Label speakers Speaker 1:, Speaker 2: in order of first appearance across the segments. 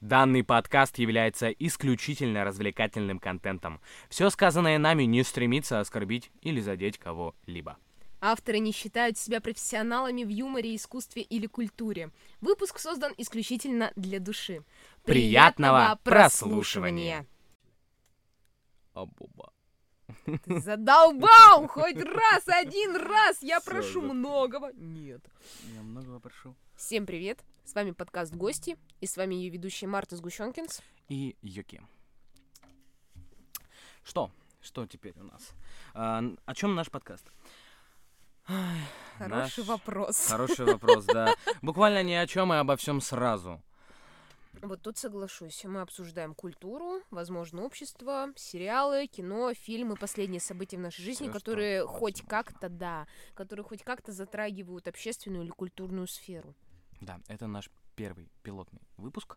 Speaker 1: Данный подкаст является исключительно развлекательным контентом. Все сказанное нами не стремится оскорбить или задеть кого-либо.
Speaker 2: Авторы не считают себя профессионалами в юморе, искусстве или культуре. Выпуск создан исключительно для души.
Speaker 1: Приятного прослушивания. Обуба.
Speaker 2: Ты задолбал хоть раз, один раз. Я
Speaker 1: Всё,
Speaker 2: прошу
Speaker 1: зак-
Speaker 2: многого. Нет.
Speaker 3: Я многого прошу.
Speaker 2: Всем привет. С вами подкаст «Гости» и с вами ее ведущая Марта Сгущенкинс.
Speaker 3: И Юки. Что? Что теперь у нас? А, н- о чем наш подкаст?
Speaker 2: Хороший
Speaker 3: Наш-
Speaker 2: вопрос.
Speaker 3: Хороший вопрос, да. Буквально ни о чем и обо всем сразу.
Speaker 2: Вот тут соглашусь. Мы обсуждаем культуру, возможно, общество, сериалы, кино, фильмы, последние события в нашей жизни,
Speaker 3: Всё, что
Speaker 2: которые
Speaker 3: возможно.
Speaker 2: хоть как-то, да, которые хоть как-то затрагивают общественную или культурную сферу.
Speaker 3: Да, это наш первый пилотный выпуск,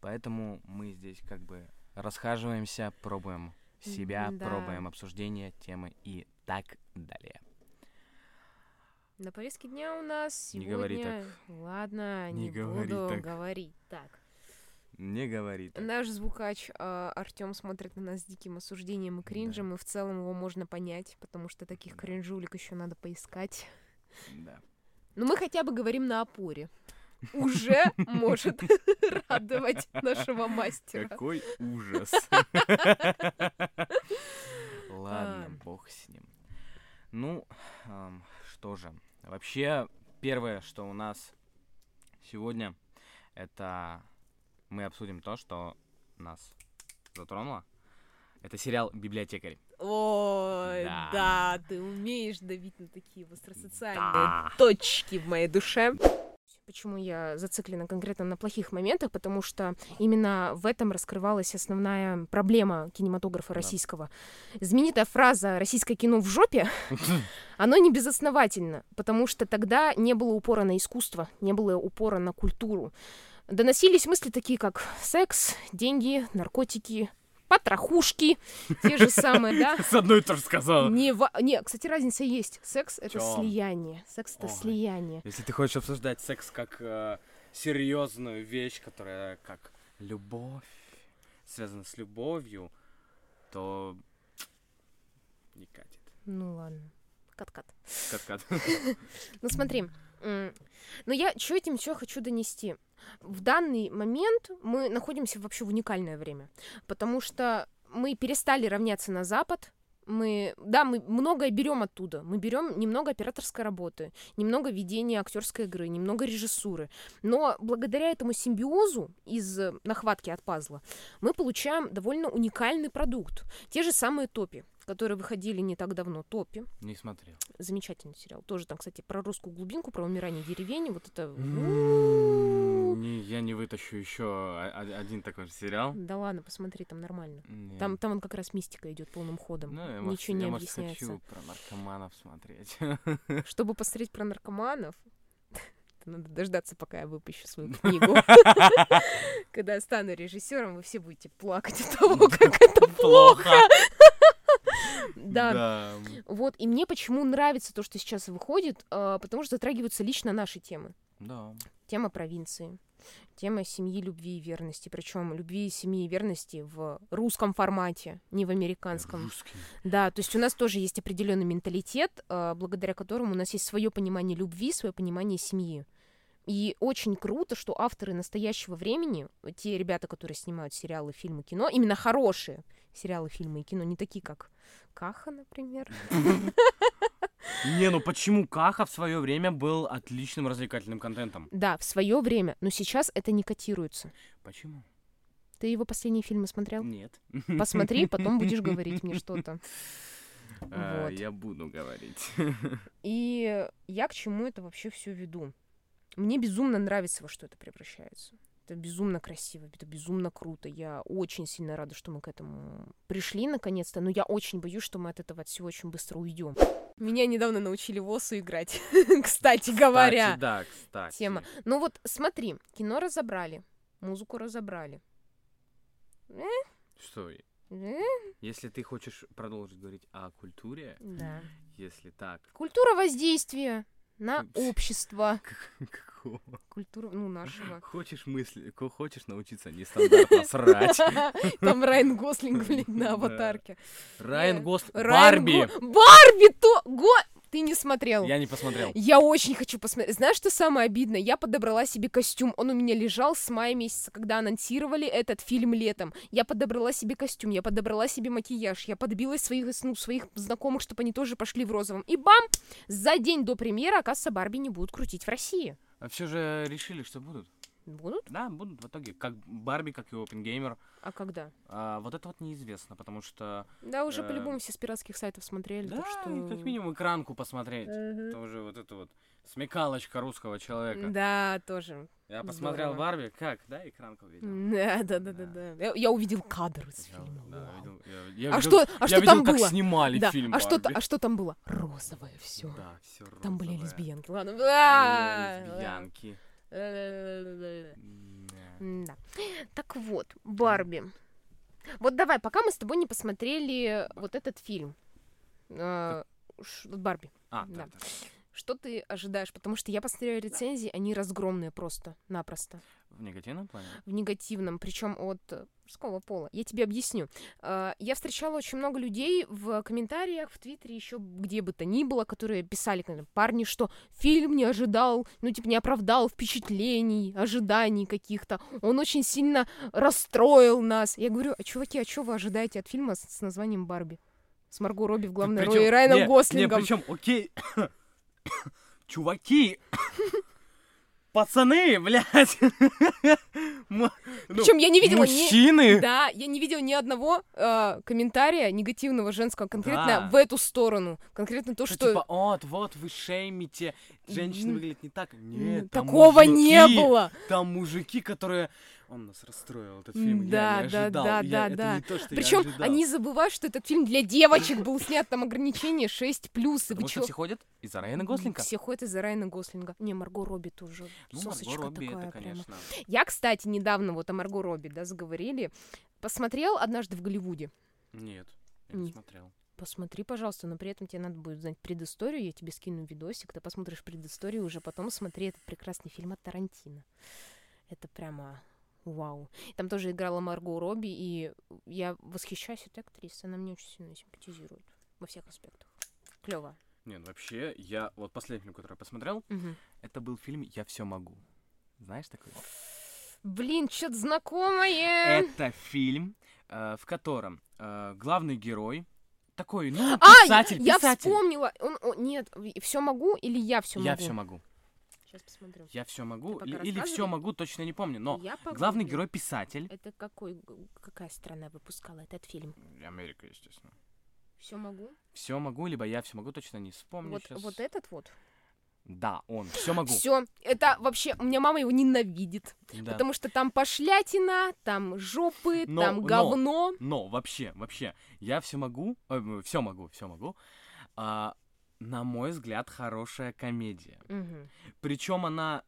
Speaker 3: поэтому мы здесь как бы расхаживаемся, пробуем себя,
Speaker 2: М-да.
Speaker 3: пробуем обсуждение, темы и так далее.
Speaker 2: На повестке дня у нас
Speaker 3: Не
Speaker 2: сегодня...
Speaker 3: говори
Speaker 2: Ладно, не,
Speaker 3: Не говори
Speaker 2: буду
Speaker 3: так.
Speaker 2: говорить так.
Speaker 3: Не говори так.
Speaker 2: Наш звукач Артем смотрит на нас с диким осуждением и кринжем, и в целом его можно понять, потому что таких
Speaker 3: Да.
Speaker 2: кринжулик еще надо поискать.
Speaker 3: Да.
Speaker 2: Но Ну, мы хотя бы говорим на опоре. Уже может радовать нашего мастера.
Speaker 3: Какой ужас. Ладно, бог с ним. Ну, ам, что же. Вообще, первое, что у нас сегодня, это мы обсудим то, что нас затронуло. Это сериал «Библиотекарь».
Speaker 2: Ой,
Speaker 3: Да.
Speaker 2: да, ты умеешь давить на такие выстросоциальные
Speaker 3: Да.
Speaker 2: точки в моей душе. Почему я зациклена конкретно на плохих моментах? Потому что именно в этом раскрывалась основная проблема кинематографа российского. Знаменитая фраза «российское кино в жопе», оно не безосновательно, потому что тогда не было упора на искусство, не было упора на культуру. Доносились мысли такие, как секс, деньги, наркотики, потрохушки, те же самые, да?
Speaker 3: С одной тоже сказала.
Speaker 2: Не, ва- не, кстати, разница есть. Секс — это
Speaker 3: Э. чём?
Speaker 2: слияние. Секс — это
Speaker 3: Ой.
Speaker 2: слияние.
Speaker 3: Если ты хочешь обсуждать секс как э, серьезную вещь, которая как любовь, связана с любовью, то не катит.
Speaker 2: Ну ладно. Кат-кат.
Speaker 3: Каткат.
Speaker 2: Ну смотри, м, но я что этим все хочу донести. В данный момент мы находимся вообще в уникальное время, потому что мы перестали равняться на Запад. Мы, да, мы многое берем оттуда. Мы берем немного операторской работы, немного ведения актерской игры, немного режиссуры. Но благодаря этому симбиозу из э, нахватки от пазла мы получаем довольно уникальный продукт. Те же самые топи, которые выходили не так давно. Топи,
Speaker 3: Не смотрел.
Speaker 2: замечательный сериал. Тоже там, кстати, про русскую глубинку, про умирание деревень. Вот это...
Speaker 3: Не, Я не вытащу еще один такой же сериал.
Speaker 2: Да ладно, посмотри, там нормально.
Speaker 3: Не.
Speaker 2: Там, там он как раз мистика идет полным ходом.
Speaker 3: Ну, я, может,
Speaker 2: Ничего
Speaker 3: я,
Speaker 2: не
Speaker 3: может,
Speaker 2: объясняется.
Speaker 3: хочу про наркоманов смотреть.
Speaker 2: Чтобы посмотреть про наркоманов, надо дождаться, пока я выпущу свою книгу. Когда я стану режиссером, вы все будете плакать от того, как это плохо. Да, вот. И мне почему нравится то, что сейчас выходит, а, потому что затрагиваются лично наши темы.
Speaker 3: Да.
Speaker 2: тема провинции, тема семьи, любви и верности. Причем любви, семьи и верности в русском формате, не в американском.
Speaker 3: Русский.
Speaker 2: Да, то есть у нас тоже есть определенный менталитет, э, благодаря которому у нас есть свое понимание любви, свое понимание семьи. И очень круто, что авторы настоящего времени, те ребята, которые снимают сериалы, фильмы, кино, именно хорошие сериалы, фильмы и кино, не такие как Каха, например.
Speaker 3: Не, ну почему Каха в свое время был отличным развлекательным контентом?
Speaker 2: Да, в свое время, но сейчас это не котируется.
Speaker 3: Почему?
Speaker 2: Ты его последние фильмы смотрел?
Speaker 3: Нет.
Speaker 2: Посмотри, потом будешь говорить мне что-то.
Speaker 3: Э,
Speaker 2: Вот.
Speaker 3: Я буду говорить.
Speaker 2: И я к чему это вообще все веду? Мне безумно нравится, во что это превращается. Это безумно красиво, это безумно круто. Я очень сильно рада, что мы к этому пришли наконец-то, но я очень боюсь, что мы от этого от всего очень быстро уйдем. Меня недавно научили в осу играть, кстати говоря.
Speaker 3: Кстати, да, кстати.
Speaker 2: Тема. Ну вот смотри, кино разобрали, музыку разобрали.
Speaker 3: Что,
Speaker 2: Э,
Speaker 3: если ты хочешь продолжить говорить о культуре, если так,
Speaker 2: Культура воздействия на общество
Speaker 3: Какого?
Speaker 2: культуры, ну, нашего.
Speaker 3: Хочешь мысли, ко- хочешь научиться нестандартно срать?
Speaker 2: Там Райан Гослинг, блин,
Speaker 3: Да.
Speaker 2: на аватарке.
Speaker 3: Райан Гост...
Speaker 2: Райан
Speaker 3: Барби!
Speaker 2: Го- Барби! То... Го- Ты не смотрел.
Speaker 3: Я не посмотрел.
Speaker 2: Я очень хочу посмотреть. Знаешь, что самое обидное? Я подобрала себе костюм. Он у меня лежал с мая месяца, когда анонсировали этот фильм летом. Я подобрала себе костюм, я подобрала себе макияж, я подбилась своих, ну, своих знакомых, чтобы они тоже пошли в розовом. И бам! За день до премьеры, оказывается, Барби не будут крутить в России.
Speaker 3: А все же решили, что будут.
Speaker 2: Будут?
Speaker 3: Да, будут в итоге. Как Барби, как и Опенгеймер.
Speaker 2: А когда?
Speaker 3: А, вот это вот неизвестно, потому что...
Speaker 2: Да, уже
Speaker 3: Э,
Speaker 2: по-любому все с пиратских сайтов смотрели,
Speaker 3: Да,
Speaker 2: так что...
Speaker 3: и как минимум экранку посмотреть.
Speaker 2: Мгм.
Speaker 3: Тоже вот это вот смекалочка русского человека.
Speaker 2: Да, тоже.
Speaker 3: Я посмотрел
Speaker 2: Здорово.
Speaker 3: Барби, как, да, экранку видел?
Speaker 2: Да, да, да, да, да. Я- Я увидел кадр из
Speaker 3: Я,
Speaker 2: фильма.
Speaker 3: да,
Speaker 2: вау.
Speaker 3: видел- я- я
Speaker 2: А
Speaker 3: видел-
Speaker 2: что, а
Speaker 3: я
Speaker 2: что
Speaker 3: видел,
Speaker 2: там
Speaker 3: как
Speaker 2: было?
Speaker 3: снимали
Speaker 2: Да,
Speaker 3: фильм
Speaker 2: а что, та-
Speaker 3: Барби.
Speaker 2: а что там было? Розовое все.
Speaker 3: Да, все
Speaker 2: там были А, лесбиянки. Ладно.
Speaker 3: Лесбиянки.
Speaker 2: Э,
Speaker 3: Да.
Speaker 2: Да. Так вот, Барби. Вот давай, пока мы с тобой не посмотрели вот этот фильм. Э, ш- Барби.
Speaker 3: А,
Speaker 2: Да.
Speaker 3: да, да.
Speaker 2: Что ты ожидаешь? Потому что я посмотрела рецензии, они разгромные просто, напросто.
Speaker 3: В негативном плане?
Speaker 2: в негативном, причем от э, мужского пола. Я тебе объясню. Э, Я встречала очень много людей в комментариях, в Твиттере, еще где бы то ни было, которые писали, наверное, парни, что фильм не ожидал, ну, типа, не оправдал впечатлений, ожиданий каких-то. Он очень сильно расстроил нас. Я говорю, а чуваки, а что вы ожидаете от фильма с, с названием «Барби»? С Марго Робби в главной роли и Райаном Гослингом.
Speaker 3: причем, окей, чуваки, пацаны, блядь. М- ну,
Speaker 2: Причем я не видела ни...
Speaker 3: Мужчины.
Speaker 2: Да, я не видела ни одного э, комментария негативного женского конкретно
Speaker 3: Да.
Speaker 2: в эту сторону, конкретно то, что
Speaker 3: Типа, вот, вот, вы шеймите, женщина
Speaker 2: М.
Speaker 3: выглядит не так.
Speaker 2: м,
Speaker 3: Нет, там
Speaker 2: такого не
Speaker 3: мужики,
Speaker 2: было.
Speaker 3: Там мужики, которые... Он нас расстроил, этот фильм, я не
Speaker 2: Да, да,
Speaker 3: ожидал.
Speaker 2: да,
Speaker 3: я-
Speaker 2: да,
Speaker 3: это
Speaker 2: да.
Speaker 3: не то, что я
Speaker 2: Причем
Speaker 3: ожидал.
Speaker 2: они забывают, что этот фильм для девочек был снят, там ограничение 6 плюс. И вы
Speaker 3: Потому что
Speaker 2: чё?
Speaker 3: все ходят из-за Райана Гослинга.
Speaker 2: Все ходят из-за Райана Гослинга. Не, Марго Робби тоже.
Speaker 3: Ну,
Speaker 2: Сосочка
Speaker 3: Марго Робби,
Speaker 2: такая
Speaker 3: это,
Speaker 2: прямо.
Speaker 3: конечно.
Speaker 2: Я, кстати, недавно вот о Марго Робби, да, заговорили. Посмотрел однажды в Голливуде.
Speaker 3: Нет, я не
Speaker 2: Нет.
Speaker 3: смотрел.
Speaker 2: Посмотри, пожалуйста, но при этом тебе надо будет знать предысторию. Я тебе скину видосик, ты посмотришь предысторию, уже потом смотри этот прекрасный фильм от Тарантино. Это прямо вау. Там тоже играла Марго Робби, и я восхищаюсь этой актрисой. Она мне очень сильно симпатизирует во всех аспектах. Клево.
Speaker 3: Не, ну вообще, я вот последний фильм, который я посмотрел, это был фильм «Я все могу». Знаешь такой?
Speaker 2: Блин, что-то знакомое.
Speaker 3: Это фильм, э, в котором э, главный герой такой, ну,
Speaker 2: А,
Speaker 3: писатель,
Speaker 2: я
Speaker 3: писатель.
Speaker 2: вспомнила. Он, о, нет, все могу или я все могу?
Speaker 3: Я все могу.
Speaker 2: Сейчас посмотрю.
Speaker 3: Я все могу.
Speaker 2: пока
Speaker 3: Или, все
Speaker 2: рассказывай.
Speaker 3: могу, точно не помню. Но
Speaker 2: Я
Speaker 3: главный
Speaker 2: погуглю.
Speaker 3: герой писатель.
Speaker 2: Это какой, какая страна выпускала этот фильм?
Speaker 3: Америка, естественно.
Speaker 2: Все могу.
Speaker 3: Все могу, либо я все могу, точно не вспомню.
Speaker 2: Вот,
Speaker 3: щас.
Speaker 2: вот этот вот.
Speaker 3: Да, он. Все могу.
Speaker 2: Все, это вообще, у меня мама его ненавидит,
Speaker 3: Да.
Speaker 2: потому что там пошлятина, там жопы,
Speaker 3: Но-
Speaker 2: там
Speaker 3: но.
Speaker 2: говно.
Speaker 3: Но вообще, вообще, я все могу, все могу, все могу. А, на мой взгляд, хорошая комедия.
Speaker 2: Мгм.
Speaker 3: Причем она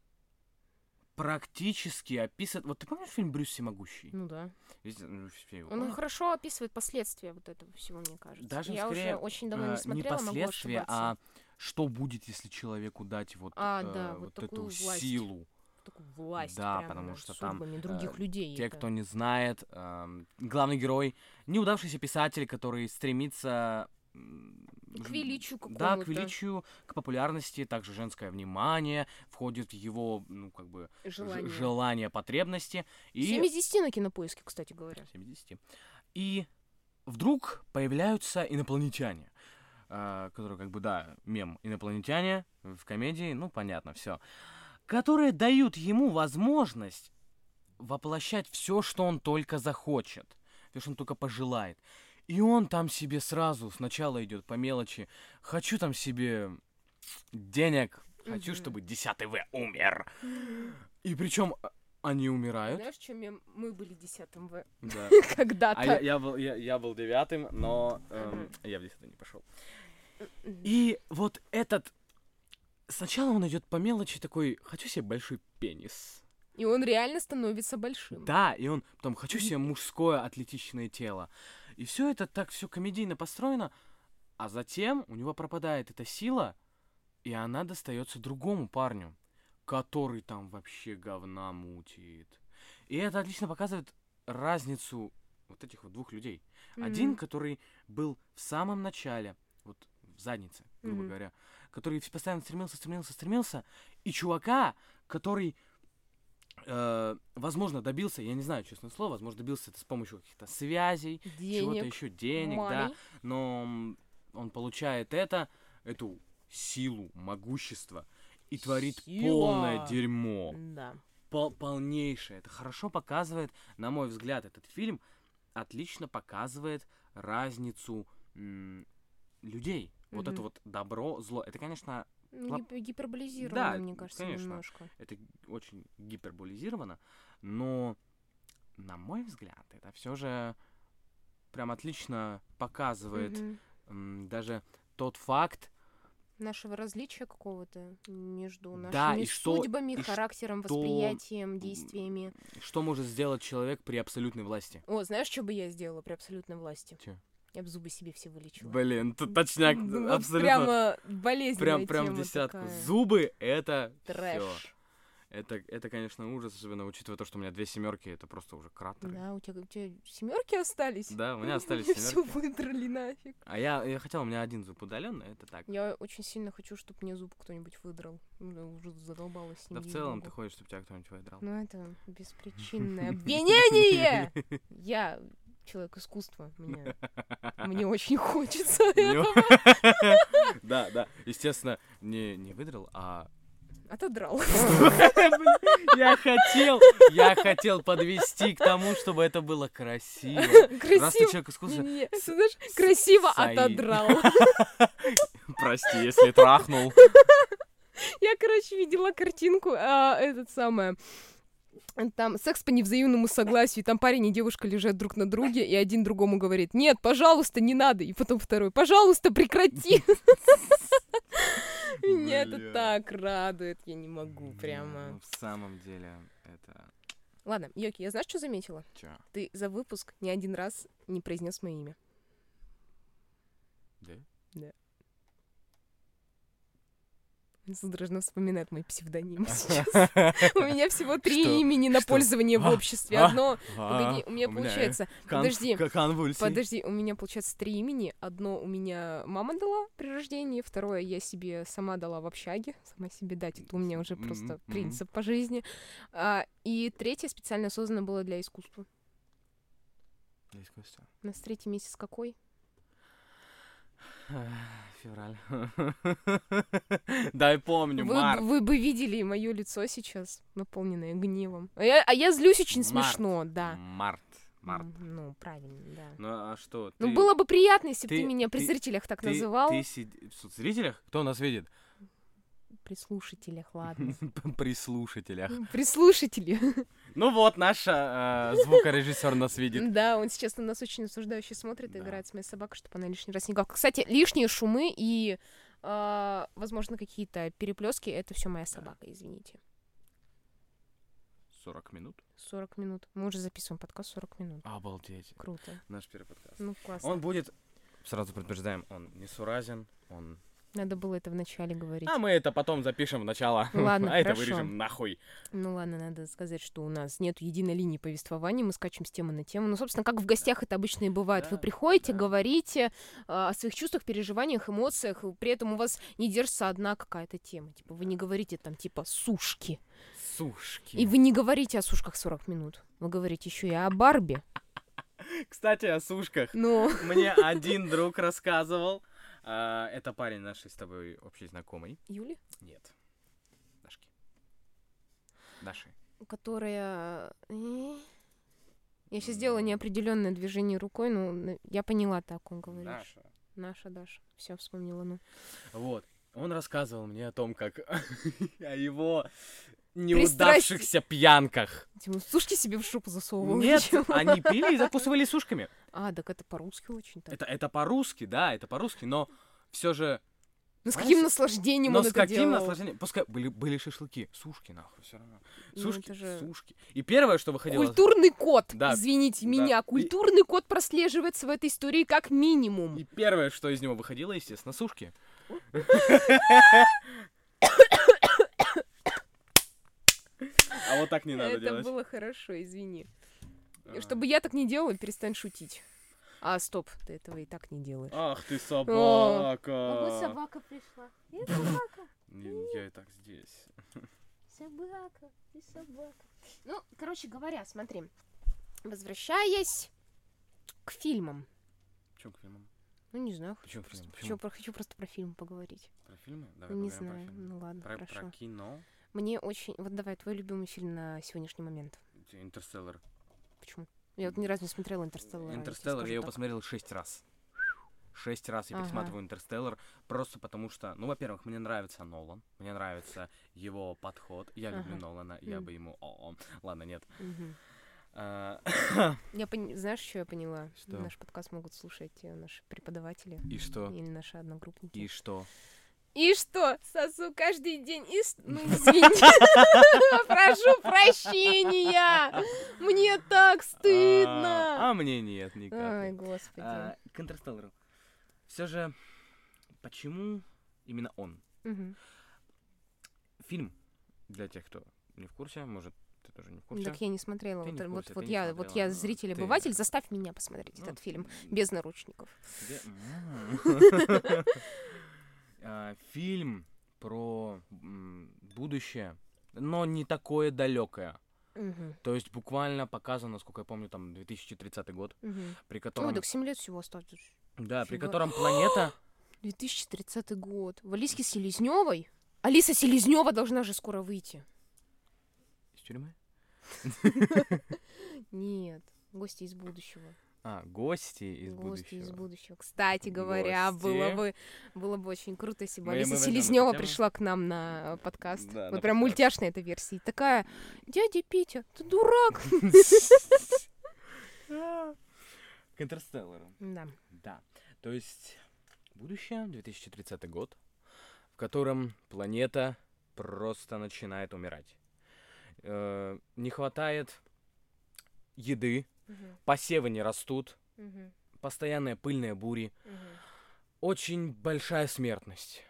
Speaker 3: практически описывает... Вот ты помнишь фильм «Брюс всемогущий»?
Speaker 2: Ну да.
Speaker 3: Ведь, ну, все его
Speaker 2: Он
Speaker 3: помнят.
Speaker 2: хорошо описывает последствия вот этого всего, мне кажется.
Speaker 3: Даже
Speaker 2: Я
Speaker 3: скорее,
Speaker 2: уже очень давно
Speaker 3: э,
Speaker 2: не смотрела, могу
Speaker 3: последствия,
Speaker 2: ошибаться.
Speaker 3: а что будет, если человеку дать вот,
Speaker 2: А,
Speaker 3: э,
Speaker 2: да,
Speaker 3: вот,
Speaker 2: вот
Speaker 3: эту
Speaker 2: такую власть.
Speaker 3: силу?
Speaker 2: Такую власть
Speaker 3: Да,
Speaker 2: прямо
Speaker 3: потому
Speaker 2: над
Speaker 3: что там, э,
Speaker 2: судьбами других людей.
Speaker 3: Те,
Speaker 2: это.
Speaker 3: кто не знает, эм, главный герой неудавшийся писатель, который стремится м,
Speaker 2: К
Speaker 3: ж-
Speaker 2: величию
Speaker 3: Да, к
Speaker 2: какому-то.
Speaker 3: величию, к популярности, также женское внимание, входит в его, ну, как бы, ж-
Speaker 2: Желание.
Speaker 3: желания, потребности. И...
Speaker 2: 70 на кинопоиске, кстати говоря.
Speaker 3: 70. И вдруг появляются инопланетяне, э, которые как бы, да, мем инопланетяне в комедии, ну, понятно, все. Которые дают ему возможность воплощать все, что он только захочет, все, что он только пожелает. И он там себе сразу сначала идет по мелочи. Хочу там себе денег, хочу,
Speaker 2: Мгм.
Speaker 3: чтобы 10 В умер. И причем они умирают.
Speaker 2: Знаешь, чем я- мы были десятым В
Speaker 3: Да.
Speaker 2: когда-то?
Speaker 3: А я, я был, я, я был девятым, но эм, я в десятый не пошел. И вот этот... Сначала он идет по мелочи такой, хочу себе большой пенис.
Speaker 2: И он реально становится большим.
Speaker 3: Да, и он потом, хочу себе мужское атлетичное тело. И все это так все комедийно построено, а затем у него пропадает эта сила, И она достается другому парню, который там вообще говна мутит. И это отлично показывает разницу вот этих вот двух людей. Один,
Speaker 2: Мгм.
Speaker 3: который был в самом начале, вот в заднице, грубо
Speaker 2: Мгм.
Speaker 3: говоря, который вс- постоянно стремился, стремился, стремился, и чувака, который, э, возможно, добился, я не знаю, честное слово, возможно, добился это с помощью каких-то связей, чего-то
Speaker 2: Денег,
Speaker 3: еще, денег, да,
Speaker 2: money.
Speaker 3: но м, он получает это, эту силу, могущество, и творит полное
Speaker 2: Сила.
Speaker 3: дерьмо
Speaker 2: Да.
Speaker 3: пол- полнейшее. Это хорошо показывает, на мой взгляд, этот фильм отлично показывает разницу м, людей. Вот это
Speaker 2: Мгм.
Speaker 3: вот добро, зло. Это, конечно,
Speaker 2: Ну,
Speaker 3: Лап-
Speaker 2: гип- Гиперболизированно,
Speaker 3: Да,
Speaker 2: мне кажется,
Speaker 3: конечно.
Speaker 2: немножко.
Speaker 3: это г- очень гиперболизировано, но, на мой взгляд, это все же прям отлично показывает
Speaker 2: Мгм.
Speaker 3: м, даже тот факт,
Speaker 2: Нашего различия какого-то между нашими
Speaker 3: Да, и что-
Speaker 2: судьбами,
Speaker 3: и
Speaker 2: характером,
Speaker 3: что-
Speaker 2: восприятием, действиями.
Speaker 3: что может сделать человек при абсолютной власти.
Speaker 2: О, знаешь, что бы я сделала при абсолютной власти?
Speaker 3: Чё?
Speaker 2: Я бы зубы себе все вылечила.
Speaker 3: Блин, т- точняк,
Speaker 2: Ну, вот
Speaker 3: абсолютно.
Speaker 2: Прямо болезненная
Speaker 3: Прям, прям в
Speaker 2: тема
Speaker 3: десятку.
Speaker 2: такая.
Speaker 3: Зубы это всё.
Speaker 2: Трэш.
Speaker 3: Это, это, конечно, ужас, особенно учитывая то, что у меня две семерки, это просто уже кратер. Да,
Speaker 2: Да, у тебя, семерки остались?
Speaker 3: у меня остались
Speaker 2: Все
Speaker 3: семерки.
Speaker 2: выдрали нафиг.
Speaker 3: А я, я хотел, у меня один зуб удален, но это так.
Speaker 2: Я очень сильно хочу, чтобы мне зуб кто-нибудь выдрал. Ну, Я уже задолбалась с ним.
Speaker 3: Да в
Speaker 2: ей
Speaker 3: целом ты
Speaker 2: богу.
Speaker 3: хочешь, чтобы тебя кто-нибудь выдрал.
Speaker 2: Ну это беспричинное обвинение! Я человек искусства. Мне, мне очень хочется
Speaker 3: Не-
Speaker 2: этого.
Speaker 3: Да, да. Естественно, не, не выдрал, а...
Speaker 2: Отодрал.
Speaker 3: Я хотел, я хотел подвести к тому, чтобы это было красиво. Раз ты
Speaker 2: Красиво.
Speaker 3: человек искусства...
Speaker 2: Не-не, знаешь, красиво
Speaker 3: Саи.
Speaker 2: отодрал.
Speaker 3: Прости, если трахнул.
Speaker 2: Я, короче, видела картинку, а, этот самое. Там секс по невзаимному согласию, там парень и девушка лежат друг на друге, и один другому говорит, нет, пожалуйста, не надо, и потом второй, пожалуйста, прекрати. Меня это
Speaker 3: Бля.
Speaker 2: так радует, я не могу
Speaker 3: Ну,
Speaker 2: прямо.
Speaker 3: В самом деле, это...
Speaker 2: Ладно, Йоки, я знаешь, что заметила?
Speaker 3: Чё?
Speaker 2: Ты за выпуск ни один раз не произнес мое имя.
Speaker 3: Да?
Speaker 2: Судорожно вспоминает мой псевдоним сейчас. У меня всего три
Speaker 3: Что?
Speaker 2: имени на
Speaker 3: Что?
Speaker 2: пользование в
Speaker 3: А,
Speaker 2: обществе.
Speaker 3: а,
Speaker 2: Одно,
Speaker 3: А,
Speaker 2: погоди, у меня получается
Speaker 3: Кон-
Speaker 2: Подожди.
Speaker 3: к- Конвульсии.
Speaker 2: Подожди, у меня получается три имени. Одно у меня мама дала при рождении, второе я себе сама дала в общаге, сама себе дать. Это у меня уже
Speaker 3: Мгм,
Speaker 2: просто
Speaker 3: мгм.
Speaker 2: принцип по жизни. А, и третье специально создано было для искусства.
Speaker 3: Для искусства.
Speaker 2: У нас третий месяц какой?
Speaker 3: Февраль. Дай помню,
Speaker 2: вы,
Speaker 3: март.
Speaker 2: вы бы видели мое лицо сейчас, наполненное гневом. А я, а я злюсь очень
Speaker 3: Март.
Speaker 2: смешно, да.
Speaker 3: Март. Март.
Speaker 2: М, Ну, правильно, да.
Speaker 3: Ну а что?
Speaker 2: Ну,
Speaker 3: ты-
Speaker 2: было бы приятно, если бы ты,
Speaker 3: ты-
Speaker 2: меня при
Speaker 3: ты-
Speaker 2: зрителях так
Speaker 3: ты-
Speaker 2: называл.
Speaker 3: Ты сиди- в зрителях? Кто нас видит?
Speaker 2: При слушателях, ладно.
Speaker 3: При слушателях.
Speaker 2: При слушателях.
Speaker 3: Ну вот, наша э, звукорежиссер нас видит.
Speaker 2: Да, он сейчас на нас очень осуждающе смотрит и
Speaker 3: Да.
Speaker 2: играет с моей собакой, чтобы она лишний раз не гавкала. Кстати, лишние шумы и, а, возможно, какие-то переплески это все моя собака, извините.
Speaker 3: 40 минут.
Speaker 2: 40 минут. Мы уже записываем подкаст 40 минут.
Speaker 3: Обалдеть.
Speaker 2: Круто.
Speaker 3: Наш первый подкаст.
Speaker 2: Ну, классно.
Speaker 3: Он будет... Сразу предупреждаем, он несуразен, он...
Speaker 2: Надо было это вначале говорить.
Speaker 3: А мы это потом запишем в начало.
Speaker 2: Ладно,
Speaker 3: А это
Speaker 2: хорошо.
Speaker 3: вырежем нахуй.
Speaker 2: Ну ладно, надо сказать, что у нас нет единой линии повествования, мы скачем с темы на тему. Ну, собственно, как в гостях это обычно и бывает. Вы
Speaker 3: Да,
Speaker 2: приходите,
Speaker 3: да.
Speaker 2: говорите э, о своих чувствах, переживаниях, эмоциях, и при этом у вас не держится одна какая-то тема. Типа вы не говорите там типа сушки.
Speaker 3: Сушки.
Speaker 2: И вы не говорите о сушках 40 минут. Вы говорите еще и о Барби.
Speaker 3: Кстати, о сушках.
Speaker 2: Ну,
Speaker 3: Мне один друг рассказывал. а, Это парень нашей с тобой общей знакомой.
Speaker 2: Юли,
Speaker 3: Нет. Дашки. Даши.
Speaker 2: которая... э, Я сейчас сделала неопределенное движение рукой, но на- я поняла, так он говорит.
Speaker 3: Даша.
Speaker 2: Наша Даша. Все вспомнила, ну.
Speaker 3: Вот. Он рассказывал мне о том, как... о его неудавшихся пьянках.
Speaker 2: Типа, сушки себе в шопу засовывала.
Speaker 3: Нет,
Speaker 2: Чего?
Speaker 3: они пили и закусывали сушками.
Speaker 2: А, так это по-русски очень так.
Speaker 3: Это, это по-русски, да, это по-русски, но все же...
Speaker 2: Ну, с
Speaker 3: Знаешь,
Speaker 2: каким наслаждением
Speaker 3: но
Speaker 2: он
Speaker 3: с
Speaker 2: это
Speaker 3: каким
Speaker 2: делал?
Speaker 3: наслаждением? Пускай были, были шашлыки, сушки, нахуй, все равно.
Speaker 2: Ну,
Speaker 3: Сушки,
Speaker 2: это же
Speaker 3: сушки. И первое, что выходило...
Speaker 2: Культурный код,
Speaker 3: Да,
Speaker 2: извините
Speaker 3: да.
Speaker 2: меня,
Speaker 3: И-
Speaker 2: культурный код прослеживается в этой истории как минимум.
Speaker 3: И первое, что из него выходило, естественно, сушки. А вот так не надо
Speaker 2: Это
Speaker 3: делать.
Speaker 2: было хорошо, извини.
Speaker 3: А.
Speaker 2: Чтобы я так не делала, перестань шутить. А, стоп, ты этого и так не делаешь.
Speaker 3: Ах ты собака.
Speaker 4: собака пришла. И собака,
Speaker 3: Не, Я и так здесь.
Speaker 4: собака, и собака.
Speaker 2: Ну, короче говоря, смотри. Возвращаясь к фильмам.
Speaker 3: Чё к фильмам?
Speaker 2: Ну, не знаю,
Speaker 3: Почему
Speaker 2: хочу,
Speaker 3: к
Speaker 2: просто,
Speaker 3: фильмам?
Speaker 2: хочу, про- хочу просто про фильм поговорить.
Speaker 3: Про фильмы? Давай поговорим
Speaker 2: не
Speaker 3: про
Speaker 2: знаю,
Speaker 3: фильмы.
Speaker 2: ну ладно,
Speaker 3: Про-
Speaker 2: хорошо.
Speaker 3: Про кино?
Speaker 2: Мне очень... Вот давай, твой любимый фильм на сегодняшний момент.
Speaker 3: Интерстеллар.
Speaker 2: Почему? Я вот ни разу не смотрела «Интерстеллар». если
Speaker 3: Интерстеллар,
Speaker 2: скажу
Speaker 3: я его
Speaker 2: так.
Speaker 3: посмотрел шесть раз. Шесть раз я
Speaker 2: Ага.
Speaker 3: пересматриваю Интерстеллар, просто потому что, ну, во-первых, мне нравится Нолан, мне нравится его подход. Я люблю
Speaker 2: Ага.
Speaker 3: Нолана, я
Speaker 2: М.
Speaker 3: бы ему... О, о, ладно, нет.
Speaker 2: Мгм.
Speaker 3: А,
Speaker 2: Я пон- Знаешь, что я поняла?
Speaker 3: Что?
Speaker 2: Наш подкаст могут слушать э, наши преподаватели
Speaker 3: И что?
Speaker 2: или наши одногруппники.
Speaker 3: И что?
Speaker 2: И что? Сосу каждый день. И... с- Ну, извините. Прошу прощения. Мне так
Speaker 3: А,
Speaker 2: стыдно.
Speaker 3: а мне нет никак.
Speaker 2: Ай, господи.
Speaker 3: А, К Интерстеллару. Все же, почему именно он?
Speaker 2: Мгм.
Speaker 3: Фильм, для тех, кто не в курсе, может, ты тоже не в
Speaker 2: Ну,
Speaker 3: курсе.
Speaker 2: Так я не смотрела.
Speaker 3: Ты не
Speaker 2: Вот,
Speaker 3: в
Speaker 2: вот-
Speaker 3: курсе,
Speaker 2: вот
Speaker 3: ты не
Speaker 2: я, вот
Speaker 3: смотрела,
Speaker 2: я
Speaker 3: ну,
Speaker 2: зритель-обыватель,
Speaker 3: ты-
Speaker 2: заставь меня посмотреть
Speaker 3: Ну,
Speaker 2: этот фильм
Speaker 3: м,
Speaker 2: без наручников.
Speaker 3: Где- А, Фильм про м, будущее, но не такое далекое.
Speaker 2: Мгм.
Speaker 3: То есть буквально показано, насколько я помню, там 2030 год,
Speaker 2: Мгм.
Speaker 3: при
Speaker 2: Ой,
Speaker 3: котором...
Speaker 2: так 7 лет всего осталось.
Speaker 3: Да, при
Speaker 2: Фига.
Speaker 3: котором планета...
Speaker 2: 2030 год. В Алиске Селезневой? Алиса Селезнева должна же скоро выйти.
Speaker 3: Из тюрьмы?
Speaker 2: Нет, гости из будущего.
Speaker 3: А, гости из
Speaker 2: Гости из
Speaker 3: будущего.
Speaker 2: будущего. Кстати говоря, было
Speaker 3: Гости.
Speaker 2: бы было бы очень круто, если бы
Speaker 3: Мы- мы
Speaker 2: Алиса
Speaker 3: возьмем эту
Speaker 2: Селезнева
Speaker 3: тему.
Speaker 2: пришла к нам на э, подкаст.
Speaker 3: Да,
Speaker 2: вот
Speaker 3: на
Speaker 2: прям
Speaker 3: подкаст.
Speaker 2: мультяшная эта версия. И такая, дядя Петя, ты дурак.
Speaker 3: К Интерстеллару.
Speaker 2: Да.
Speaker 3: Да. То есть будущее, 2030 год, в котором планета просто начинает умирать. Э, не хватает еды, посевы не растут, постоянные пыльные бури, очень большая смертность.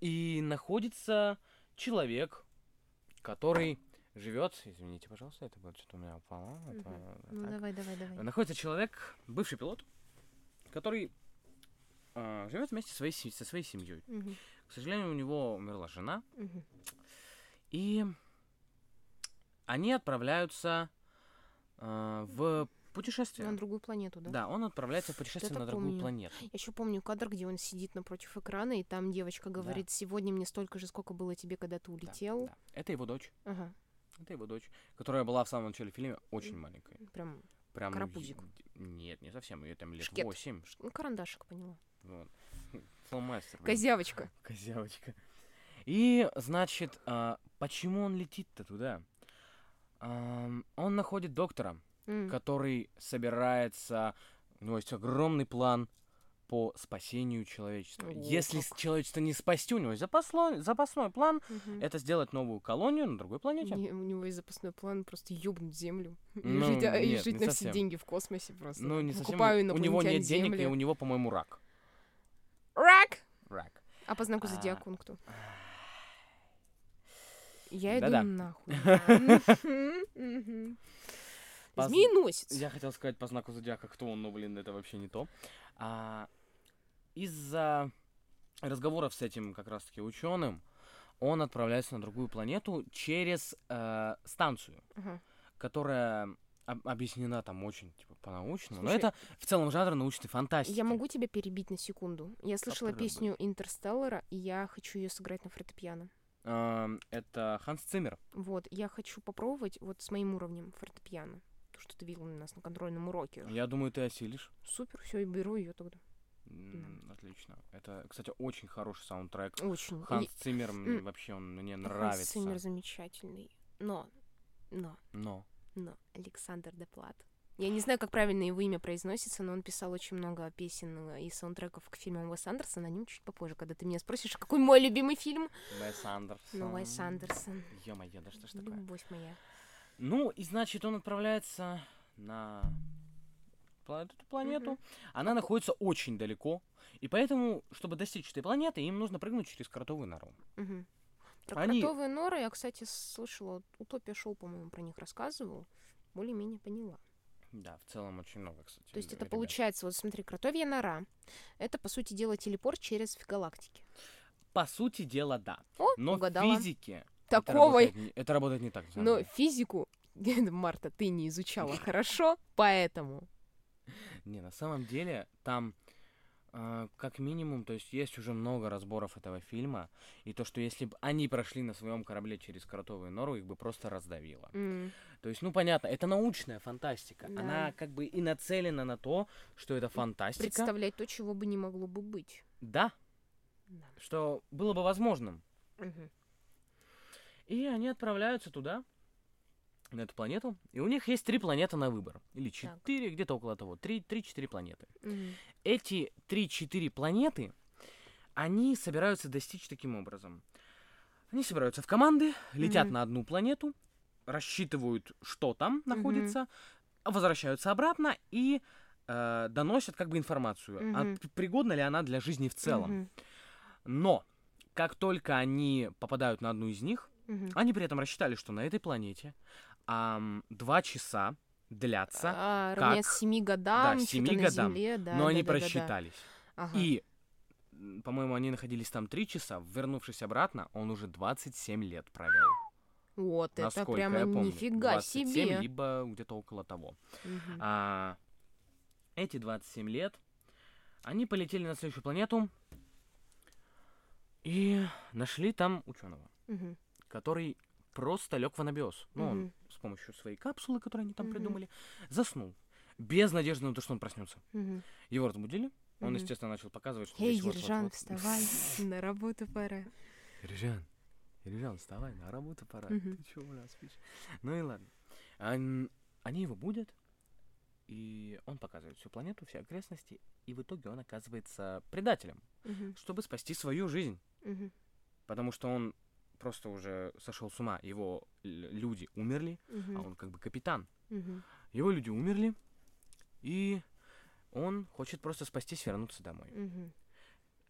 Speaker 3: И находится человек, который живет, извините, пожалуйста, это будет что-то у меня упало. это
Speaker 2: Ну
Speaker 3: так.
Speaker 2: давай, давай, давай.
Speaker 3: Э, Находится человек, бывший пилот, который живет вместе со своей, се- со своей семьей.
Speaker 2: Мгм,
Speaker 3: К сожалению, у него умерла жена,
Speaker 2: мгм.
Speaker 3: и они отправляются э, в путешествие.
Speaker 2: На другую планету, да?
Speaker 3: Да, он отправляется в путешествие
Speaker 2: Что-то
Speaker 3: на другую
Speaker 2: помню.
Speaker 3: планету.
Speaker 2: Я еще помню кадр, где он сидит напротив экрана, и там девочка говорит, сегодня мне столько же, сколько было тебе, когда ты
Speaker 3: Да,
Speaker 2: улетел.
Speaker 3: да. Это его дочь.
Speaker 2: Ага,
Speaker 3: Это его дочь, которая была в самом начале фильма очень маленькой.
Speaker 2: прям
Speaker 3: Прям, ну,
Speaker 2: Карапузик.
Speaker 3: е- Нет, не совсем. Ее там лет
Speaker 2: Шкет.
Speaker 3: восемь. ш-
Speaker 2: ну, карандашик поняла.
Speaker 3: Вот. Фломастер. блин.
Speaker 2: Козявочка.
Speaker 3: Козявочка. И, значит, а, почему он летит-то туда? Ам, Он находит доктора,
Speaker 2: М.
Speaker 3: который собирается... У него есть огромный план по спасению человечества.
Speaker 2: О,
Speaker 3: Если с-
Speaker 2: как.
Speaker 3: человечество не спасти, у него есть запасло- запасной план.
Speaker 2: Мгм.
Speaker 3: Это сделать новую колонию на другой планете.
Speaker 2: Не- у него есть запасной план просто ёбнуть землю.
Speaker 3: Ну,
Speaker 2: и жить, а, и
Speaker 3: нет,
Speaker 2: жить
Speaker 3: не
Speaker 2: на все
Speaker 3: совсем.
Speaker 2: деньги в космосе просто.
Speaker 3: Ну, не совсем.
Speaker 2: Покупаю
Speaker 3: У него
Speaker 2: инопланетян
Speaker 3: нет денег, и
Speaker 2: Землю.
Speaker 3: у него, по-моему, рак.
Speaker 2: Рак!
Speaker 3: Рак.
Speaker 2: А по знаку
Speaker 3: А.
Speaker 2: зодиака он кто? Я иду
Speaker 3: Да-да.
Speaker 2: нахуй. Мгм, мгм.
Speaker 3: Поз-
Speaker 2: Змееносец.
Speaker 3: Я хотел сказать по знаку зодиака, кто он, но, блин, это вообще не то. А, из-за разговоров с этим как раз-таки ученым он отправляется на другую планету через э, станцию,
Speaker 2: Ага.
Speaker 3: которая об- объяснена там очень типа, по-научному.
Speaker 2: Слушай,
Speaker 3: но это в целом жанр научной фантастики.
Speaker 2: Я могу тебя перебить на секунду? Я слышала
Speaker 3: попробуй.
Speaker 2: песню Интерстеллара, и я хочу ее сыграть на фортепиано.
Speaker 3: Эм, это Ханс Циммер.
Speaker 2: Вот, я хочу попробовать вот с моим уровнем фортепиано. То, что ты видел у нас на контрольном уроке.
Speaker 3: Я думаю, ты осилишь.
Speaker 2: Супер, все, и беру ее тогда.
Speaker 3: М, Отлично. Это, кстати, очень хороший саундтрек.
Speaker 2: Очень.
Speaker 3: Ханс
Speaker 2: Ну, И-
Speaker 3: Циммер, мне
Speaker 2: М.
Speaker 3: вообще он мне
Speaker 2: Ханс
Speaker 3: нравится.
Speaker 2: Циммер замечательный. Но, но,
Speaker 3: Но.
Speaker 2: но, Александр Деплат. Я не знаю, как правильно его имя произносится, но он писал очень много песен э, и саундтреков к фильмам Уэс Андерсона, о нем чуть попозже, когда ты меня спросишь, какой мой любимый фильм.
Speaker 3: Уэс Андерсон.
Speaker 2: Ну, Уэс Андерсон.
Speaker 3: Ё-моё, да что ж такое?
Speaker 2: Любовь моя.
Speaker 3: Ну, и значит, он отправляется на пла- эту планету, она находится очень далеко, и поэтому, чтобы достичь этой планеты, им нужно прыгнуть через кротовую нору.
Speaker 2: Мгм. Про
Speaker 3: Они-
Speaker 2: кротовые норы я, кстати, слышала, Утопия Шоу, по-моему, про них рассказывал, более-менее поняла.
Speaker 3: Да, в целом очень много, кстати.
Speaker 2: То есть
Speaker 3: ре-
Speaker 2: это
Speaker 3: ребят.
Speaker 2: получается, вот смотри, кротовья нора, это, по сути дела, телепорт через галактики.
Speaker 3: По сути дела, да.
Speaker 2: О,
Speaker 3: Но
Speaker 2: угадала. Ну.
Speaker 3: в физике это
Speaker 2: Такого,
Speaker 3: работает, не, это работает не так. на самом
Speaker 2: но
Speaker 3: деле.
Speaker 2: физику, Марта, ты не изучала хорошо, поэтому...
Speaker 3: Не, на самом деле там э, как минимум, то есть есть уже много разборов этого фильма, и то, что если бы они прошли на своем корабле через кротовую нору, их бы просто раздавило.
Speaker 2: м,
Speaker 3: То есть, ну понятно, это научная фантастика.
Speaker 2: Да.
Speaker 3: Она как бы и нацелена на то, что это фантастика.
Speaker 2: Представлять то, чего бы не могло бы быть.
Speaker 3: Да,
Speaker 2: Да.
Speaker 3: что было бы возможным.
Speaker 2: Мгм.
Speaker 3: И они отправляются туда, на эту планету, и у них есть три планеты на выбор. Или четыре, где-то около того. Три, три-четыре планеты.
Speaker 2: Мгм.
Speaker 3: эти 3-4 планеты, они собираются достичь таким образом. Они собираются в команды, летят
Speaker 2: Мгм.
Speaker 3: на одну планету, рассчитывают, что там
Speaker 2: Мгм.
Speaker 3: находится, возвращаются обратно и э, доносят как бы информацию, а
Speaker 2: Мгм.
Speaker 3: п- пригодна ли она для жизни в целом.
Speaker 2: Мгм.
Speaker 3: Но как только они попадают на одну из них,
Speaker 2: Мгм.
Speaker 3: они при этом рассчитали, что на этой планете ам, два часа длятся,
Speaker 2: А,
Speaker 3: как-
Speaker 2: равняется семи годам,
Speaker 3: Да,
Speaker 2: что-то
Speaker 3: семи
Speaker 2: на
Speaker 3: годам.
Speaker 2: Земле, да,
Speaker 3: но они
Speaker 2: да, да, да, да.
Speaker 3: просчитались.
Speaker 2: Ага.
Speaker 3: И, м, по-моему, они находились там три часа. Вернувшись обратно, он уже 27 лет провел.
Speaker 2: Вот это
Speaker 3: насколько
Speaker 2: прямо
Speaker 3: я помню.
Speaker 2: нифига
Speaker 3: 27,
Speaker 2: себе.
Speaker 3: либо где-то около того.
Speaker 2: Мгм.
Speaker 3: А, эти 27 лет, они полетели на следующую планету и нашли там ученого,
Speaker 2: Мгм.
Speaker 3: который просто лег в анабиоз. Ну, он
Speaker 2: Мгм.
Speaker 3: с помощью своей капсулы, которую они там
Speaker 2: Мгм.
Speaker 3: придумали, заснул. Без надежды на то, что он проснется.
Speaker 2: Мгм.
Speaker 3: Его разбудили. Он,
Speaker 2: Мгм.
Speaker 3: естественно, начал показывать, что
Speaker 2: Эй,
Speaker 3: здесь вот, вот,
Speaker 2: Ержан,
Speaker 3: вот.
Speaker 2: вставай, на работу пора.
Speaker 3: Рижан, Рижан, вставай, на работу пора.
Speaker 2: Мгм.
Speaker 3: Ты чего у нас спишь? Ну и ладно. Ан- Они его будят, и он показывает всю планету, все окрестности, и в итоге он оказывается предателем,
Speaker 2: Мгм.
Speaker 3: чтобы спасти свою жизнь.
Speaker 2: Мгм.
Speaker 3: Потому что он просто уже сошел с ума. Его л- люди умерли,
Speaker 2: Мгм.
Speaker 3: а он как бы капитан.
Speaker 2: Мгм.
Speaker 3: Его люди умерли, и он хочет просто спастись, вернуться домой.
Speaker 2: Мгм.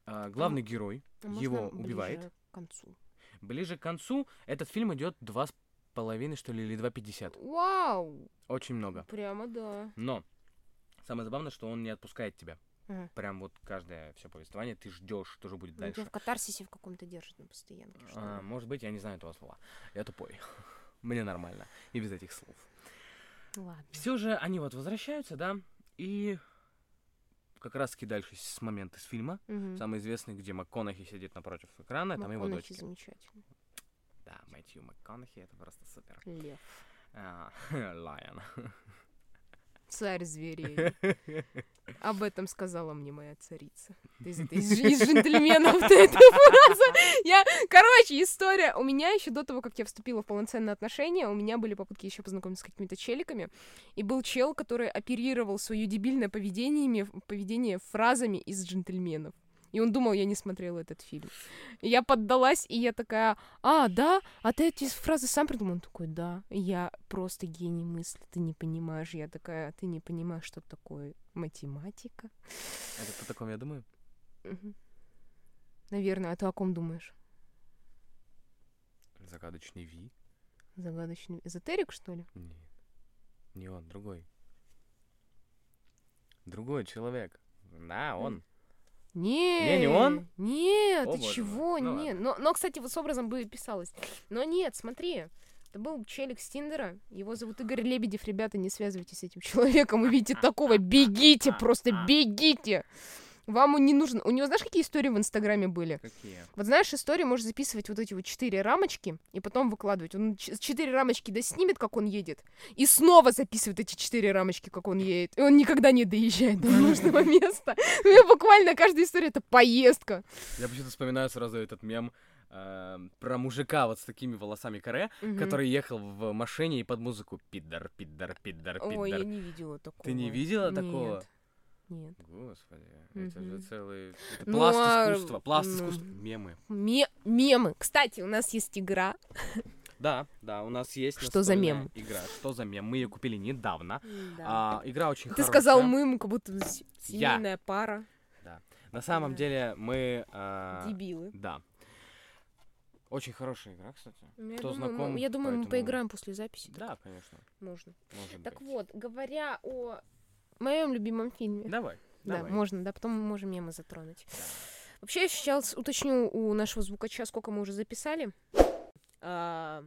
Speaker 3: А главный герой
Speaker 2: А можно
Speaker 3: его
Speaker 2: ближе
Speaker 3: убивает.
Speaker 2: к концу.
Speaker 3: Ближе к концу этот фильм идет два с половиной, что ли, или два пятьдесят.
Speaker 2: Вау!
Speaker 3: Очень много.
Speaker 2: Прямо да.
Speaker 3: Но самое забавное, что он не отпускает тебя.
Speaker 2: Ага.
Speaker 3: Прям вот каждое все повествование ты ждешь, что же будет
Speaker 2: Ну, тебя
Speaker 3: дальше.
Speaker 2: в катарсисе в каком-то держит на постоянке. что
Speaker 3: А,
Speaker 2: ли.
Speaker 3: может быть, я не знаю этого слова. Я тупой. Мне нормально. И без этих слов.
Speaker 2: Ну Ладно.
Speaker 3: Все же они вот возвращаются, да, и как раз таки дальше с момента с фильма.
Speaker 2: Мгм.
Speaker 3: Самый известный, где МакКонахи сидит напротив экрана, там его
Speaker 2: МакКонахи
Speaker 3: дочки.
Speaker 2: замечательный.
Speaker 3: Да, Мэтью МакКонахи, это просто супер.
Speaker 2: Лев.
Speaker 3: А, Лайон.
Speaker 2: Царь зверей. Об этом сказала мне моя царица. То есть это из, из джентльменов ты эта фраза. Я, короче, история. У меня еще до того, как я вступила в полноценные отношения, у меня были попытки еще познакомиться с какими-то челиками. И был чел, который оперировал свое дебильное поведение, поведение фразами из джентльменов. И он думал, я не смотрела этот фильм. И я поддалась, и я такая, а, да? А ты эти фразы сам придумал? Он такой, да. Я просто гений мысли, ты не понимаешь. Я такая, ты не понимаешь, что такое математика.
Speaker 3: Это по такому, я думаю.
Speaker 2: Мгм. Наверное, а ты о ком думаешь?
Speaker 3: Загадочный Ви.
Speaker 2: Загадочный эзотерик, что ли?
Speaker 3: Нет. Не он, другой. Другой человек. Да, он.
Speaker 2: Не,
Speaker 3: не он?
Speaker 2: Нет,
Speaker 3: О,
Speaker 2: ты
Speaker 3: боже мой.
Speaker 2: чего?
Speaker 3: Ну
Speaker 2: нет. Но, но, кстати, вот с образом бы и писалось. Но нет, смотри. Это был челик с Тиндера. Его зовут Игорь Лебедев. Ребята, не связывайтесь с этим человеком. Увидите такого, бегите, просто бегите. Вам он не нужен. У него, знаешь, какие истории в Инстаграме были?
Speaker 3: Какие?
Speaker 2: Вот знаешь, историю можешь записывать вот эти вот четыре рамочки и потом выкладывать. Он ч- четыре рамочки доснимет, как он едет, и снова записывает эти четыре рамочки, как он едет. И он никогда не доезжает до нужного места. У меня буквально каждая история — это поездка.
Speaker 3: Я почему-то вспоминаю сразу этот мем э, про мужика вот с такими волосами каре,
Speaker 2: Мгм.
Speaker 3: который ехал в машине и под музыку пидор, пидор, пидор,
Speaker 2: Ой, я
Speaker 3: пидор.
Speaker 2: не видела такого.
Speaker 3: Ты не видела такого?
Speaker 2: Нет. Нет.
Speaker 3: Господи, это же
Speaker 2: Мгм.
Speaker 3: целый это
Speaker 2: Ну,
Speaker 3: пласт
Speaker 2: а,
Speaker 3: искусства, пласт
Speaker 2: ну.
Speaker 3: искусства, мемы.
Speaker 2: Ме- мемы. Кстати, у нас есть игра.
Speaker 3: Да, да, у нас есть
Speaker 2: Что за
Speaker 3: настольная
Speaker 2: мем?
Speaker 3: игра. Что за мем? Мы ее купили недавно.
Speaker 2: Да.
Speaker 3: А, игра очень
Speaker 2: Ты
Speaker 3: хорошая.
Speaker 2: сказал мы, как будто с-
Speaker 3: Я.
Speaker 2: семейная пара.
Speaker 3: На самом
Speaker 2: Да.
Speaker 3: деле мы... а,
Speaker 2: Дебилы.
Speaker 3: Да. Очень хорошая игра, кстати.
Speaker 2: Ну, Я
Speaker 3: Кто
Speaker 2: думаю,
Speaker 3: знаком,
Speaker 2: мы, я думаю, мы
Speaker 3: поэтому-
Speaker 2: поиграем после записи.
Speaker 3: Да, конечно.
Speaker 2: Можно.
Speaker 3: Может
Speaker 2: Так
Speaker 3: быть.
Speaker 2: вот, говоря о моем любимом фильме.
Speaker 3: Давай.
Speaker 2: Да,
Speaker 3: давай.
Speaker 2: можно, да, потом мы можем мемы затронуть. Вообще, я сейчас уточню у нашего звукача, сколько мы уже записали. А,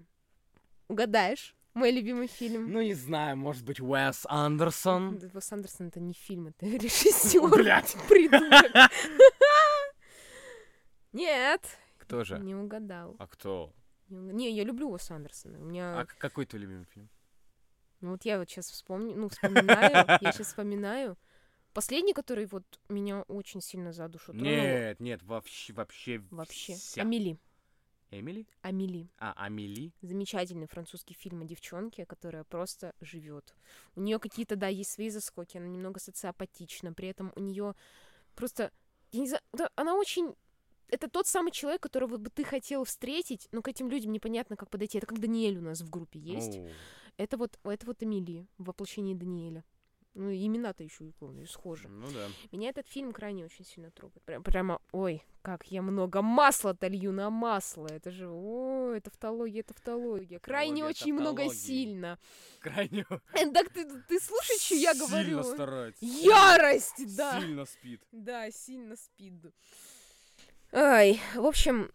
Speaker 2: угадаешь, мой любимый фильм.
Speaker 3: Ну, не знаю, может быть, Уэс Андерсон.
Speaker 2: Да, Уэс Андерсон это не фильм, это режиссер.
Speaker 3: Блять.
Speaker 2: Придурок. Нет,
Speaker 3: Кто же?
Speaker 2: не угадал.
Speaker 3: А кто?
Speaker 2: Не, уг- не, я люблю Уэса Андерсона. У меня...
Speaker 3: А к- какой твой любимый фильм?
Speaker 2: Ну вот я вот сейчас вспомню, ну вспоминаю, я сейчас вспоминаю. Последний, который вот меня очень сильно за душу тронул.
Speaker 3: Нет, нет, вообще, вообще,
Speaker 2: Вообще.
Speaker 3: вся.
Speaker 2: Амели.
Speaker 3: Эмили?
Speaker 2: Амели.
Speaker 3: А, Амели?
Speaker 2: Замечательный французский фильм о девчонке, которая просто живет. У нее какие-то, да, есть свои заскоки, она немного социопатична, при этом у нее просто, я не знаю, да, она очень... Это тот самый человек, которого бы ты хотел встретить, но к этим людям непонятно, как подойти. Это как Даниэль у нас в группе есть.
Speaker 3: О,
Speaker 2: Это вот, это вот Эмилия в воплощении Даниэля. Ну, и имена-то еще и помню, и схожи.
Speaker 3: Ну да.
Speaker 2: Меня этот фильм крайне очень сильно трогает. Прям, прямо, ой, как я много масла-то лью на масло. Это же, о, это тавтология, это тавтология. Крайне
Speaker 3: Тавтология
Speaker 2: очень много
Speaker 3: тавтологии.
Speaker 2: сильно.
Speaker 3: Крайне
Speaker 2: Э, Так ты, ты слушай, что я говорю?
Speaker 3: Сильно старается.
Speaker 2: Ярость, да.
Speaker 3: Сильно спит.
Speaker 2: Да, сильно спит. Ай, в общем,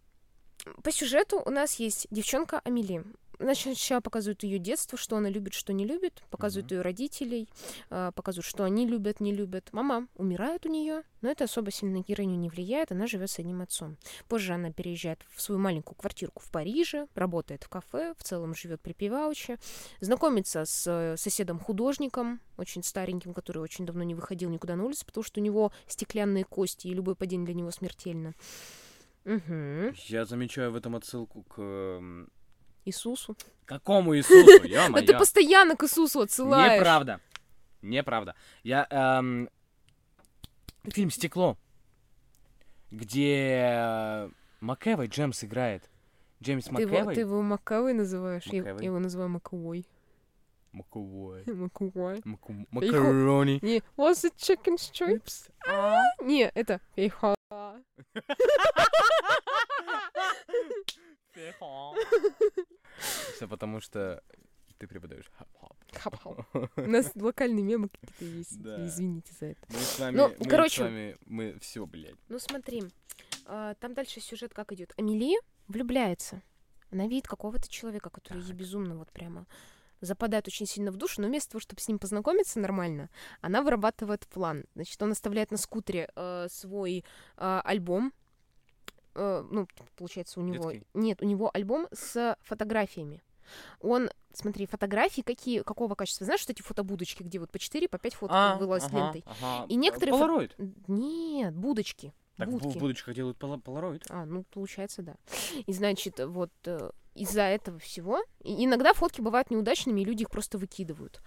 Speaker 2: по сюжету у нас есть девчонка Амели. Значит, сначала показывают ее детство, что она любит, что не любит, показывают ее родителей, э, показывают, что они любят, не любят. Мама умирает у нее, но это особо сильно на героиню не влияет, она живет с одним отцом. Позже она переезжает в свою маленькую квартирку в Париже, работает в кафе, в целом живет припеваючи, знакомится с э, соседом-художником, очень стареньким, который очень давно не выходил никуда на улицу, потому что у него стеклянные кости, и любой падение для него смертельно. Мгм.
Speaker 3: Я замечаю в этом отсылку к... эм,
Speaker 2: Иисусу.
Speaker 3: Какому Иисусу?
Speaker 2: Да ты
Speaker 3: Ё-моё.
Speaker 2: постоянно к Иисусу отсылаешь.
Speaker 3: Неправда. Неправда. Я... эм, Фильм «Стекло», где Макэвой Джемс играет. Джеймс
Speaker 2: Ты его,
Speaker 3: Макэвой?
Speaker 2: ты его Макавой называешь? Я,
Speaker 3: Макэвой.
Speaker 2: я его называю Макавой.
Speaker 3: Макэвой.
Speaker 2: Макавой.
Speaker 3: Маку-
Speaker 2: Фейхо-
Speaker 3: Макарони.
Speaker 2: Не, was it chicken strips? А? Не, это фейха.
Speaker 3: Все потому, что ты преподаешь хап-хап.
Speaker 2: Хап-хап. У нас локальные мемы какие-то есть.
Speaker 3: Да.
Speaker 2: Извините за это.
Speaker 3: Мы с вами,
Speaker 2: Ну,
Speaker 3: мы
Speaker 2: короче.
Speaker 3: с вами, мы все, блядь.
Speaker 2: Ну смотри, а, там дальше сюжет как идет. Амели влюбляется. Она видит какого-то человека, который ей безумно вот прямо западает очень сильно в душу, но вместо того, чтобы с ним познакомиться нормально, она вырабатывает план. Значит, он оставляет на скутере э, свой э, альбом. Э, ну, получается, у него...
Speaker 3: Детский?
Speaker 2: Нет, у него альбом с фотографиями. Он, смотри, фотографии какие, какого качества? Знаешь, вот эти фотобудочки, где вот по 4, по 5 фоток вылазь
Speaker 3: А, ага,
Speaker 2: лентой?
Speaker 3: ага.
Speaker 2: И некоторые фо-
Speaker 3: Полароид.
Speaker 2: Нет, будочки.
Speaker 3: Так в
Speaker 2: будки.
Speaker 3: будущих делают пола- полароид.
Speaker 2: А, ну, получается, да. И, значит, вот э, из-за этого всего... и- иногда фотки бывают неудачными, и люди их просто выкидывают.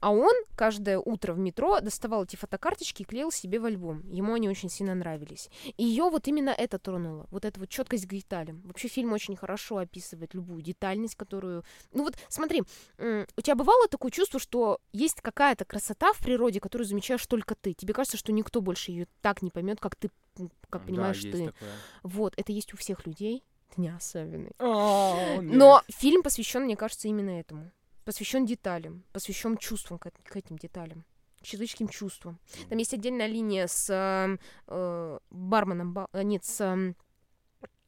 Speaker 2: А он каждое утро в метро доставал эти фотокарточки и клеил себе в альбом. Ему они очень сильно нравились. И ее вот именно это тронуло. Вот эта вот четкость к деталям. Вообще фильм очень хорошо описывает любую детальность, которую... Ну вот смотри, м, у тебя бывало такое чувство, что есть какая-то красота в природе, которую замечаешь только ты. Тебе кажется, что никто больше ее так не поймет, как ты, м, как понимаешь
Speaker 3: да,
Speaker 2: ты.
Speaker 3: есть такое.
Speaker 2: Вот, это есть у всех людей. Ты не особенный.
Speaker 3: О, А, нет.
Speaker 2: Но фильм посвящен, мне кажется, именно этому. Посвящен деталям, посвящен чувствам к, эт- к этим деталям, к человеческим чувствам. Там есть отдельная линия с эм, э, барменом, ба- э, нет, с... эм,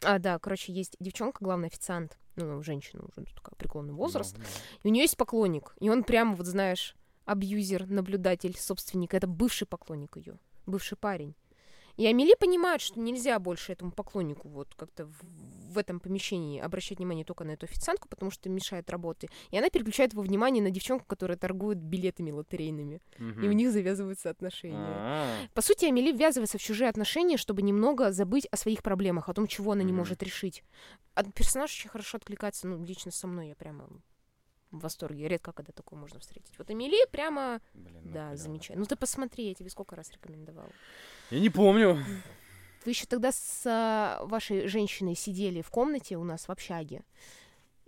Speaker 2: а, да, короче, есть девчонка, главный официант, ну, женщина уже такая, преклонный возраст,
Speaker 3: Ну,
Speaker 2: и у нее есть поклонник, и он прямо, вот знаешь, абьюзер, наблюдатель, собственник, это бывший поклонник ее, бывший парень. И Амели понимает, что нельзя больше этому поклоннику вот как-то в, в этом помещении обращать внимание только на эту официантку, потому что мешает работы. И она переключает его внимание на девчонку, которая торгует билетами лотерейными.
Speaker 3: мгм.
Speaker 2: И у них завязываются отношения.
Speaker 3: А,
Speaker 2: По сути, Амели ввязывается в чужие отношения, чтобы немного забыть о своих проблемах, о том, чего она не
Speaker 3: Мгм.
Speaker 2: может решить. А персонаж очень хорошо откликается, ну, лично со мной я прямо в восторге. Редко, когда такое можно встретить. Вот Амели прямо,
Speaker 3: блин, ну,
Speaker 2: да,
Speaker 3: клёво.
Speaker 2: замечательно. Ну, ты посмотри, я тебе сколько раз рекомендовала.
Speaker 3: Я не помню.
Speaker 2: Вы еще тогда с а, вашей женщиной сидели в комнате у нас в общаге.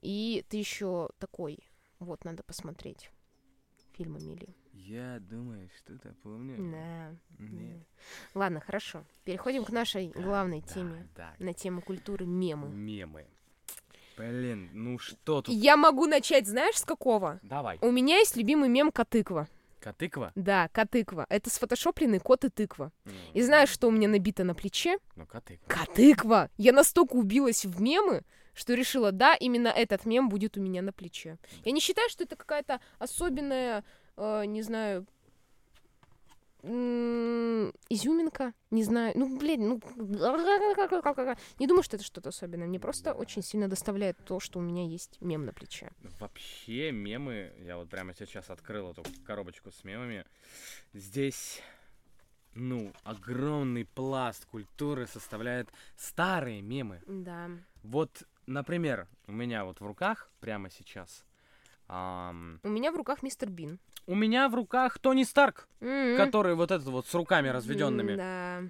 Speaker 2: И ты еще такой, вот, надо посмотреть фильм Эмили.
Speaker 3: Я думаю, что-то помню.
Speaker 2: Да.
Speaker 3: Нет.
Speaker 2: Ладно, хорошо. Переходим к нашей главной теме.
Speaker 3: Да,
Speaker 2: На тему культуры
Speaker 3: да.
Speaker 2: мемы.
Speaker 3: Мемы. Блин, ну что тут?
Speaker 2: Я могу начать, знаешь, с какого?
Speaker 3: Давай.
Speaker 2: У меня есть любимый мем Котыква.
Speaker 3: Котыква?
Speaker 2: Да, Котыква. Это сфотошопленный кот и тыква.
Speaker 3: М,
Speaker 2: И знаешь, что у меня набито на плече?
Speaker 3: Ну, котыква.
Speaker 2: Котыква! Я настолько убилась в мемы, что решила, да, именно этот мем будет у меня на плече. Я не считаю, что это какая-то особенная, э, не знаю, м, изюминка, не знаю, ну, блин, ну, не думаю, что это что-то особенное, мне просто
Speaker 3: Да.
Speaker 2: очень сильно доставляет то, что у меня есть мем на плече.
Speaker 3: Вообще мемы, я вот прямо сейчас открыл эту коробочку с мемами. Здесь, ну, огромный пласт культуры составляет старые мемы.
Speaker 2: Да,
Speaker 3: Вот, например, у меня вот в руках прямо сейчас. ам,
Speaker 2: у меня в руках мистер Бин.
Speaker 3: у меня в руках Тони Старк,
Speaker 2: М,
Speaker 3: который вот этот вот с руками
Speaker 2: м,
Speaker 3: разведенными.
Speaker 2: Да.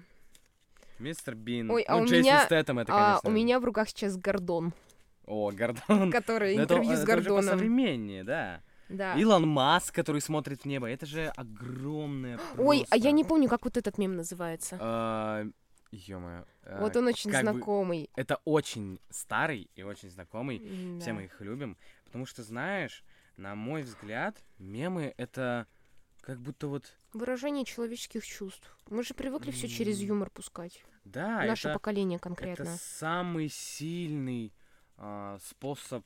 Speaker 3: Мистер Бин.
Speaker 2: Ой, а
Speaker 3: ну,
Speaker 2: у
Speaker 3: Джейсон
Speaker 2: меня-
Speaker 3: Стэтэм это,
Speaker 2: А
Speaker 3: конечно.
Speaker 2: у меня в руках сейчас Гордон,
Speaker 3: О, Гордон.
Speaker 2: который
Speaker 3: Ну, это-
Speaker 2: интервью с
Speaker 3: это уже
Speaker 2: Гордоном.
Speaker 3: посовременнее, да.
Speaker 2: Да.
Speaker 3: Илон Маск, который смотрит в небо. Это же огромное
Speaker 2: Ой, а я
Speaker 3: просто-
Speaker 2: не помню, как вот этот мем называется.
Speaker 3: А, Ё-моё. а,
Speaker 2: вот он очень
Speaker 3: как бы-
Speaker 2: знакомый.
Speaker 3: Это очень старый и очень знакомый. Все
Speaker 2: Да.
Speaker 3: мы их любим. Потому что, знаешь, на мой взгляд, мемы это как будто вот...
Speaker 2: Выражение человеческих чувств. Мы же привыкли все через
Speaker 3: М.
Speaker 2: юмор пускать.
Speaker 3: Да,
Speaker 2: Наше
Speaker 3: это,
Speaker 2: поколение
Speaker 3: это
Speaker 2: конкретно.
Speaker 3: самый сильный а, способ...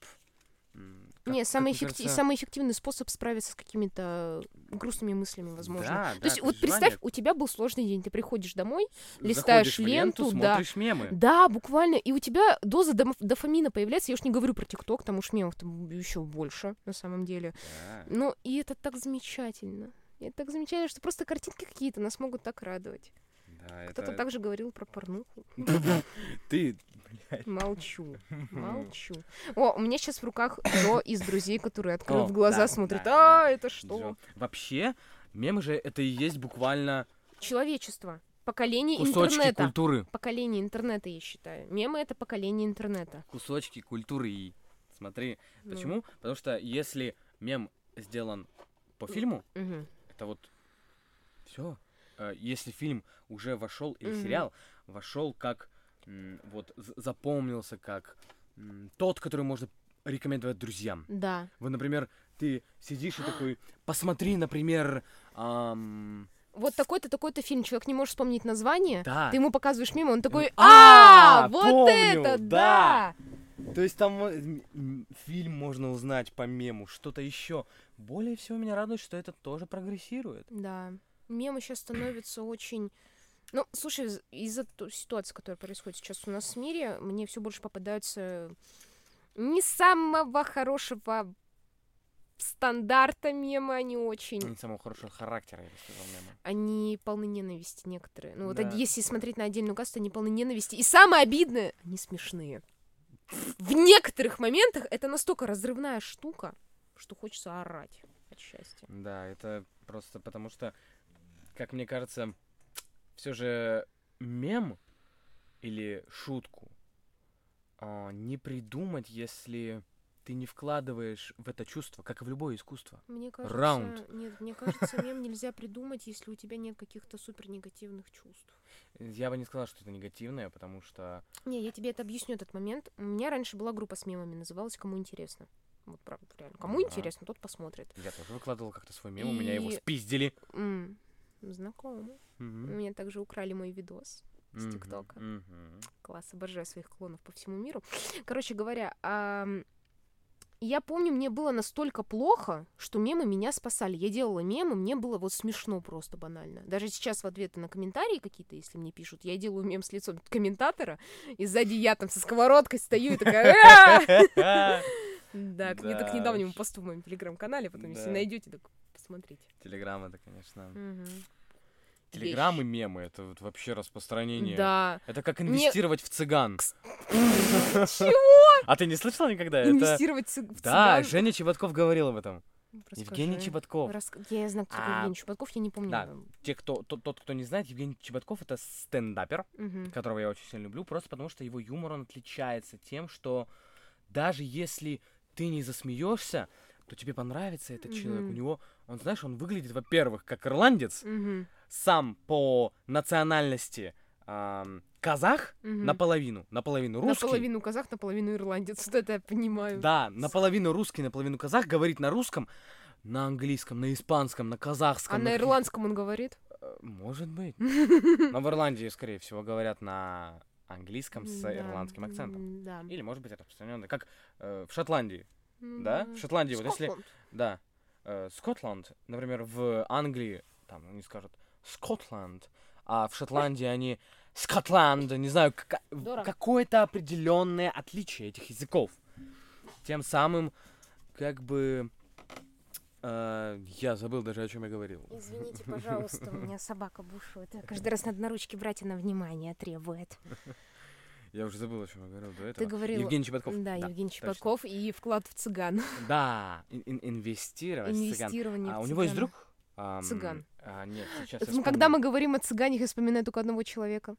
Speaker 3: м, как-
Speaker 2: Не,
Speaker 3: как
Speaker 2: самый,
Speaker 3: мне
Speaker 2: эффекти-
Speaker 3: кажется,
Speaker 2: самый эффективный способ справиться с какими-то грустными мыслями, возможно.
Speaker 3: да,
Speaker 2: То
Speaker 3: да,
Speaker 2: есть, вот
Speaker 3: переживания.
Speaker 2: представь, у тебя был сложный день, ты приходишь домой,
Speaker 3: Заходишь
Speaker 2: листаешь
Speaker 3: в ленту,
Speaker 2: ленту, да.
Speaker 3: смотришь мемы.
Speaker 2: да, буквально, и у тебя доза домо- дофамина появляется, я уж не говорю про ТикТок, там уж мемов там еще больше, на самом деле.
Speaker 3: Да.
Speaker 2: Ну, и это так замечательно. И Это так замечательно, что просто картинки какие-то нас могут так радовать.
Speaker 3: Да,
Speaker 2: Кто-то
Speaker 3: это-
Speaker 2: также говорил про порнуху.
Speaker 3: Ты...
Speaker 2: Молчу, молчу. О, у меня сейчас в руках Джо из друзей, который, открыв
Speaker 3: О,
Speaker 2: глаза,
Speaker 3: да,
Speaker 2: смотрит.
Speaker 3: да,
Speaker 2: а, это что?
Speaker 3: Джо. Вообще, мемы же это и есть буквально
Speaker 2: Человечество. Поколение
Speaker 3: кусочки
Speaker 2: интернета.
Speaker 3: культуры.
Speaker 2: Поколение интернета, я считаю. Мемы — это поколение интернета.
Speaker 3: Кусочки культуры и... Смотри,
Speaker 2: Ну,
Speaker 3: почему? Потому что если мем сделан
Speaker 2: Ну.
Speaker 3: по фильму,
Speaker 2: мгм.
Speaker 3: это вот все. Если фильм уже вошел или
Speaker 2: Мгм.
Speaker 3: сериал вошел как м, вот з- запомнился как м, тот, который можно рекомендовать друзьям.
Speaker 2: Да.
Speaker 3: Вот, например, ты сидишь и такой, посмотри, например, ам,
Speaker 2: Вот такой-то, такой-то фильм. Человек не может вспомнить название.
Speaker 3: да.
Speaker 2: Ты ему показываешь мимо, он такой,
Speaker 3: «А,
Speaker 2: а, вот
Speaker 3: помню,
Speaker 2: это,
Speaker 3: да».
Speaker 2: да.
Speaker 3: То есть там э, м- м, фильм можно узнать по мему, что-то еще. Более всего меня радует, что это тоже прогрессирует.
Speaker 2: Да. Мемы сейчас становятся очень... Ну, слушай, из- из-за той ситуации, которая происходит сейчас у нас в мире, мне все больше попадаются не самого хорошего стандарта мемы, они очень...
Speaker 3: Не самого хорошего характера, я бы сказал, мема.
Speaker 2: Они полны ненависти некоторые. Ну, вот
Speaker 3: Да.
Speaker 2: од- если смотреть на отдельную касту, они полны ненависти. И самое обидное, они смешные. В некоторых моментах это настолько разрывная штука, что хочется орать от счастья.
Speaker 3: Да, это просто потому что, как мне кажется, все же мем или шутку а, не придумать, если ты не вкладываешь в это чувство, как и в любое искусство.
Speaker 2: Мне кажется,
Speaker 3: Раунд.
Speaker 2: нет, мне кажется, мем нельзя придумать, если у тебя нет каких-то супер негативных чувств.
Speaker 3: Я бы не сказал, что это негативное, потому что...
Speaker 2: Не, я тебе это объясню этот момент. У меня раньше была группа с мемами, называлась "Кому интересно". Вот правда, реально. Кому
Speaker 3: Да.
Speaker 2: интересно, тот посмотрит.
Speaker 3: Я тоже выкладывал как-то свой мем, у меня его
Speaker 2: И-
Speaker 3: спиздили.
Speaker 2: М, знакомо. У меня также украли мой видос. с
Speaker 3: Мгм,
Speaker 2: ТикТока.
Speaker 3: мгм.
Speaker 2: Класс, обожаю своих клонов по всему миру. Короче говоря, ам, я помню, мне было настолько плохо, что мемы меня спасали. Я делала мемы, мне было вот смешно просто банально. Даже сейчас в ответы на комментарии какие-то, если мне пишут, я делаю мем с лицом комментатора, и сзади я там со сковородкой стою и такая... «А!» Да, к- это к
Speaker 3: Да
Speaker 2: недавнему
Speaker 3: уж.
Speaker 2: посту в моем телеграм-канале, потом если
Speaker 3: Да.
Speaker 2: найдете, так посмотрите.
Speaker 3: Телеграм это, конечно.
Speaker 2: Мгм.
Speaker 3: Телеграм и мемы это вот вообще распространение.
Speaker 2: Да.
Speaker 3: Это как
Speaker 2: Мне-
Speaker 3: инвестировать в цыган.
Speaker 2: Чего?
Speaker 3: А ты не слышала никогда? Это...
Speaker 2: Инвестировать цы- в
Speaker 3: Да,
Speaker 2: цыган?
Speaker 3: Женя Чеботков говорил об этом. Евгений
Speaker 2: Расскажи.
Speaker 3: Чеботков.
Speaker 2: Раск- Я знаю, кто такой
Speaker 3: А,
Speaker 2: Евгений Чеботков, я не помню.
Speaker 3: да.
Speaker 2: его.
Speaker 3: Те, кто, тот, тот, кто не знает, Евгений Чеботков это стендапер,
Speaker 2: Мгм.
Speaker 3: которого я очень сильно люблю, просто потому что его юмор, он отличается тем, что даже если ты не засмеешься, то тебе понравится этот человек. У
Speaker 2: Мгм.
Speaker 3: него, он, знаешь, он выглядит, во-первых, как ирландец,
Speaker 2: Мгм,
Speaker 3: сам по национальности ам, казах,
Speaker 2: мгм.
Speaker 3: наполовину, наполовину русский.
Speaker 2: Наполовину казах, наполовину ирландец. Вот это я понимаю.
Speaker 3: Да, наполовину русский, наполовину казах, говорит на русском, на английском, на испанском, на казахском.
Speaker 2: А на
Speaker 3: каких-
Speaker 2: ирландском он говорит?
Speaker 3: Э, Может быть. Но в Ирландии, скорее всего, говорят на английском с
Speaker 2: Да,
Speaker 3: ирландским акцентом.
Speaker 2: м, Да.
Speaker 3: Или, может быть, распространенный, как э, в Шотландии,
Speaker 2: М,
Speaker 3: да? В Шотландии, вот если,
Speaker 2: Скотланд.
Speaker 3: да, э, Скотланд, например, в Англии, там они скажут Скотланд, а в Шотландии они Скотланд, не знаю, кака- в-
Speaker 2: Здорово.
Speaker 3: какое-то определенное отличие этих языков. Тем самым, как бы, э, я забыл даже, о чем я говорил.
Speaker 2: Извините, пожалуйста,
Speaker 4: У меня собака бушует. её Каждый раз надо на ручки брать, она внимание требует.
Speaker 3: Я уже забыл, о чем я говорил до этого.
Speaker 2: ты говорил...
Speaker 3: Евгений Чеботков.
Speaker 2: Да,
Speaker 3: да.
Speaker 2: Евгений Чепаков и вклад в цыган.
Speaker 3: Да, ин- ин- инвестировать в цыган.
Speaker 2: Инвестирование
Speaker 3: А
Speaker 2: в
Speaker 3: у него есть
Speaker 2: цыгана.
Speaker 3: друг? Ам,
Speaker 2: Цыган.
Speaker 3: а, нет, сейчас я
Speaker 2: Поэтому, когда мы
Speaker 3: вспомню.
Speaker 2: говорим о цыганах, я вспоминаю только одного человека.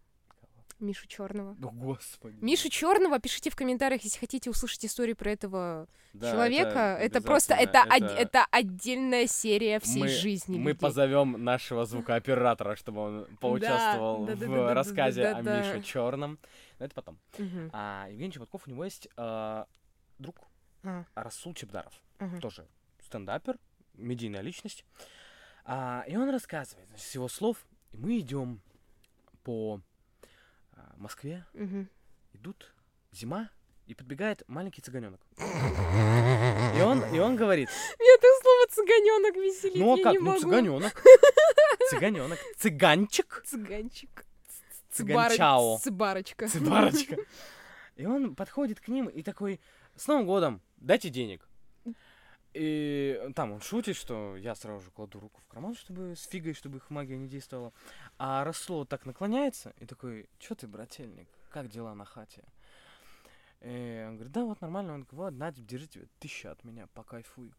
Speaker 2: Мишу Черного.
Speaker 3: О, господи.
Speaker 2: Мишу Черного, пишите в комментариях, если хотите услышать историю про этого
Speaker 3: Да,
Speaker 2: человека. Это,
Speaker 3: обязательно,
Speaker 2: просто это, од-
Speaker 3: это-
Speaker 2: это отдельная серия всей
Speaker 3: Мы-
Speaker 2: жизни.
Speaker 3: Мы
Speaker 2: людей.
Speaker 3: позовем нашего звукооператора, чтобы он поучаствовал
Speaker 2: да, да, да, да,
Speaker 3: в
Speaker 2: да,
Speaker 3: рассказе
Speaker 2: да,
Speaker 3: о
Speaker 2: да.
Speaker 3: Мише Черном. Но это потом.
Speaker 2: Мгм.
Speaker 3: А Евгений Чеботков, у него есть э, друг
Speaker 2: А,
Speaker 3: Расул Чебдаров.
Speaker 2: ага.
Speaker 3: тоже стендапер, медийная личность. А, и он рассказывает, значит, с его слов, и мы идем по а, Москве,
Speaker 2: Мгм.
Speaker 3: идут зима, и подбегает маленький цыганенок. И он, и он говорит,
Speaker 2: Меня это слово цыганенок веселит.
Speaker 3: ну а
Speaker 2: я
Speaker 3: как,
Speaker 2: не
Speaker 3: ну
Speaker 2: могу.
Speaker 3: цыганенок, цыганенок, цыганчик,
Speaker 2: Цыганчик.
Speaker 3: цыганчао,
Speaker 2: Цыбарочка.
Speaker 3: цыбарочка. И он подходит к ним и такой, с Новым годом, дайте денег. И там он шутит, что я сразу же кладу руку в карман, чтобы с фигой, чтобы их магия не действовала. А Расло так наклоняется и такой, чё ты, брательник, как дела на хате? И он говорит, да, вот нормально. Он говорит, вот, на, тебе, держите, тысяча от меня, покайфуй.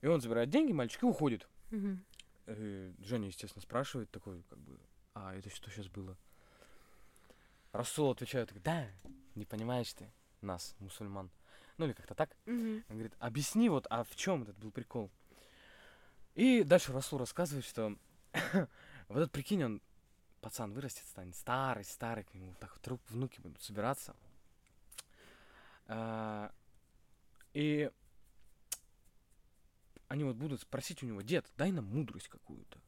Speaker 3: И он забирает деньги, мальчик, и уходит.
Speaker 2: Мгм.
Speaker 3: Э, Женя, естественно, спрашивает такой, как бы, а это что сейчас было? Расул отвечает, да, не понимаешь ты нас, мусульман. Ну или как-то так.
Speaker 2: Мгм.
Speaker 3: Он говорит, объясни вот, а в чем этот был прикол? И дальше Расул рассказывает, что вот этот, прикинь, он, пацан вырастет, станет старый, старый, к нему вот так вот ру- внуки будут собираться. А, И они вот будут спросить у него, дед, дай нам мудрость какую-то.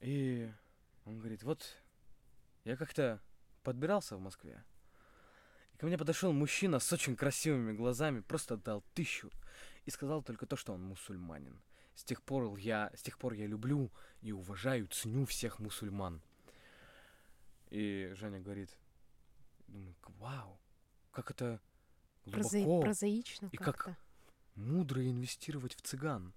Speaker 3: И он говорит, вот я как-то подбирался в Москве, и ко мне подошел мужчина с очень красивыми глазами, просто дал тысячу и сказал только то, что он мусульманин. С тех пор я, с тех пор я люблю и уважаю, ценю всех мусульман. И Женя говорит, думаю, «К- вау, как это
Speaker 2: Прозаи-
Speaker 3: глубоко,
Speaker 2: Прозаично
Speaker 3: И как-
Speaker 2: как-то.
Speaker 3: мудро инвестировать в цыган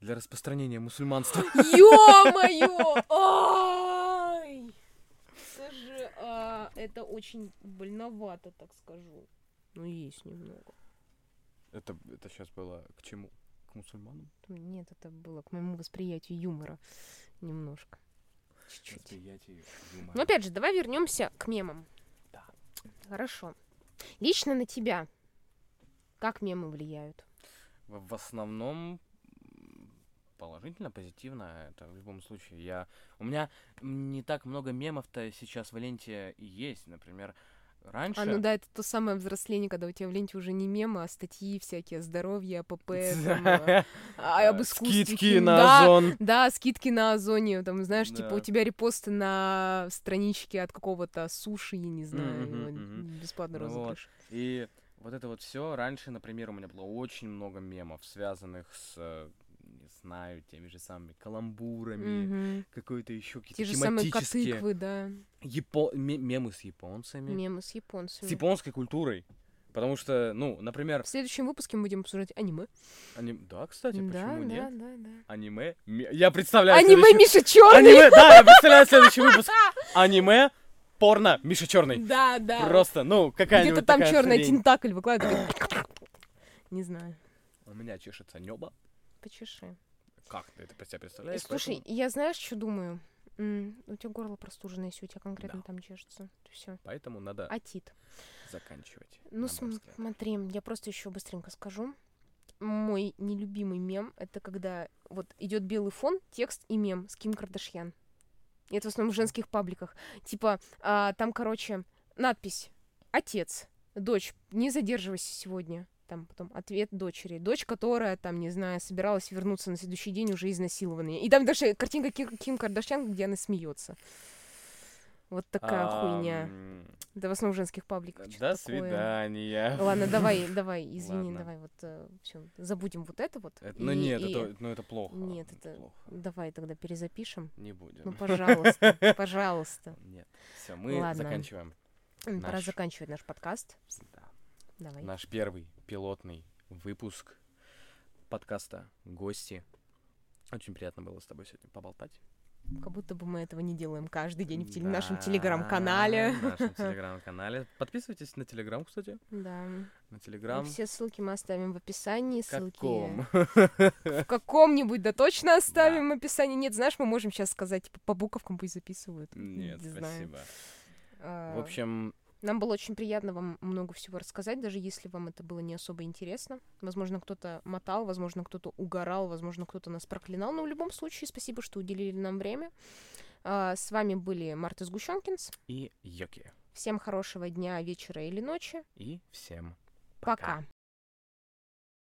Speaker 3: для распространения мусульманства.
Speaker 2: Ё-моё! Ай! Это же, а, это очень больновато, так скажу. Ну, есть немного.
Speaker 3: Это, это сейчас было к чему? К мусульманам?
Speaker 2: Там- Нет, это было к моему восприятию юмора немножко. Чуть-чуть. Но опять же, давай вернемся к мемам.
Speaker 3: Да.
Speaker 2: Хорошо. Лично на тебя как мемы влияют?
Speaker 3: В в основном м, положительно, позитивно. Это в любом случае. Я... У меня не так много мемов-то сейчас в ленте и есть. Например, раньше...
Speaker 2: А, ну да, это то самое взросление, когда у тебя в ленте уже не мемы, а статьи всякие о здоровье, о ПП, там, а, а, об
Speaker 3: Э,
Speaker 2: искусстве.
Speaker 3: Скидки
Speaker 2: фильм.
Speaker 3: на
Speaker 2: Да,
Speaker 3: Озон.
Speaker 2: Да, скидки на Озоне, там, знаешь, типа
Speaker 3: Да.
Speaker 2: у тебя репосты на страничке от какого-то суши, я не знаю,
Speaker 3: Мгм,
Speaker 2: вот,
Speaker 3: мгм.
Speaker 2: бесплатный
Speaker 3: Вот.
Speaker 2: розыгрыш.
Speaker 3: И вот это вот все. Раньше, например, у меня было очень много мемов, связанных с, э, не знаю, теми же самыми каламбурами,
Speaker 2: Мгм.
Speaker 3: какой-то еще какие-то
Speaker 2: Те же самые
Speaker 3: тематические
Speaker 2: котыквы, да,
Speaker 3: Япо- ме- мемы с японцами,
Speaker 2: мемы с
Speaker 3: с
Speaker 2: японцами.
Speaker 3: японской культурой. Потому что, ну, например,
Speaker 2: В следующем выпуске мы будем обсуждать аниме.
Speaker 3: они... Да, кстати,
Speaker 2: да,
Speaker 3: почему
Speaker 2: да,
Speaker 3: нет?
Speaker 2: да, да.
Speaker 3: Аниме. ме- Я представляю.
Speaker 2: Аниме
Speaker 3: следующий-
Speaker 2: Миша Черный!
Speaker 3: Аниме, да, я представляю следующий выпуск. Аниме, порно, Миша Черный.
Speaker 2: Да, да.
Speaker 3: Просто, ну, какая-нибудь
Speaker 2: Где-то там
Speaker 3: такая
Speaker 2: черная
Speaker 3: хрень.
Speaker 2: тентакль выкладывает. Не знаю.
Speaker 3: У меня чешется небо.
Speaker 2: Почеши.
Speaker 3: Как ты это себе представляешь?
Speaker 2: Э, Слушай, я знаешь, что думаю? М, У тебя горло простужено, если у тебя конкретно
Speaker 3: Да.
Speaker 2: там чешется. Все.
Speaker 3: Поэтому, поэтому надо
Speaker 2: Атит.
Speaker 3: заканчивать.
Speaker 2: А Ну,
Speaker 3: на мой взгляд.
Speaker 2: смотри, я просто еще быстренько скажу. Мой нелюбимый мем — это когда вот идет белый фон, текст и мем с Ким Кардашьян. И Это в основном в женских пабликах. Типа, а, там, короче, надпись «Отец», «Дочь, не задерживайся сегодня». Там потом ответ дочери. Дочь, которая, там, не знаю, собиралась вернуться на следующий день уже изнасилованная. И там даже картинка Ки- Ким Кардашьян, где она смеется. Вот такая
Speaker 3: Ам,
Speaker 2: хуйня. Да в основном в женских пабликах. чё-то
Speaker 3: До
Speaker 2: такое.
Speaker 3: свидания.
Speaker 2: Ладно, давай, давай, извини,
Speaker 3: Ладно.
Speaker 2: давай, вот все, забудем вот это вот.
Speaker 3: Это- ну
Speaker 2: и-
Speaker 3: нет,
Speaker 2: и
Speaker 3: это, ну это плохо.
Speaker 2: Нет, это-
Speaker 3: плохо.
Speaker 2: Давай тогда перезапишем.
Speaker 3: Не будем.
Speaker 2: Ну, пожалуйста, пожалуйста.
Speaker 3: Нет. Все, мы
Speaker 2: Ладно.
Speaker 3: заканчиваем.
Speaker 2: М, Пора
Speaker 3: Наш.
Speaker 2: заканчивать наш подкаст.
Speaker 3: Да.
Speaker 2: Давай.
Speaker 3: Наш первый пилотный выпуск подкаста «Гости». Очень приятно было с тобой сегодня поболтать.
Speaker 2: Как будто бы мы этого не делаем каждый день в теле- нашем телеграм-канале.
Speaker 3: Да, В нашем телеграм-канале. Подписывайтесь на телеграм, кстати.
Speaker 2: Да.
Speaker 3: На телеграм.
Speaker 2: Все ссылки мы оставим в описании. Ссылки
Speaker 3: Каком?
Speaker 2: в каком-нибудь, да точно оставим в описании. Нет, знаешь, мы можем сейчас сказать, типа, по буковкам пусть записывают.
Speaker 3: Нет,
Speaker 2: Не знаю.
Speaker 3: спасибо.
Speaker 2: А,
Speaker 3: В общем,
Speaker 2: Нам было очень приятно вам много всего рассказать, даже если вам это было не особо интересно. Возможно, кто-то мотал, возможно, кто-то угорал, возможно, кто-то нас проклинал. Но в любом случае, спасибо, что уделили нам время. А, С вами были Марта Сгущенкинс.
Speaker 3: и йоки.
Speaker 2: Всем хорошего дня, вечера или ночи.
Speaker 3: И всем
Speaker 2: Пока.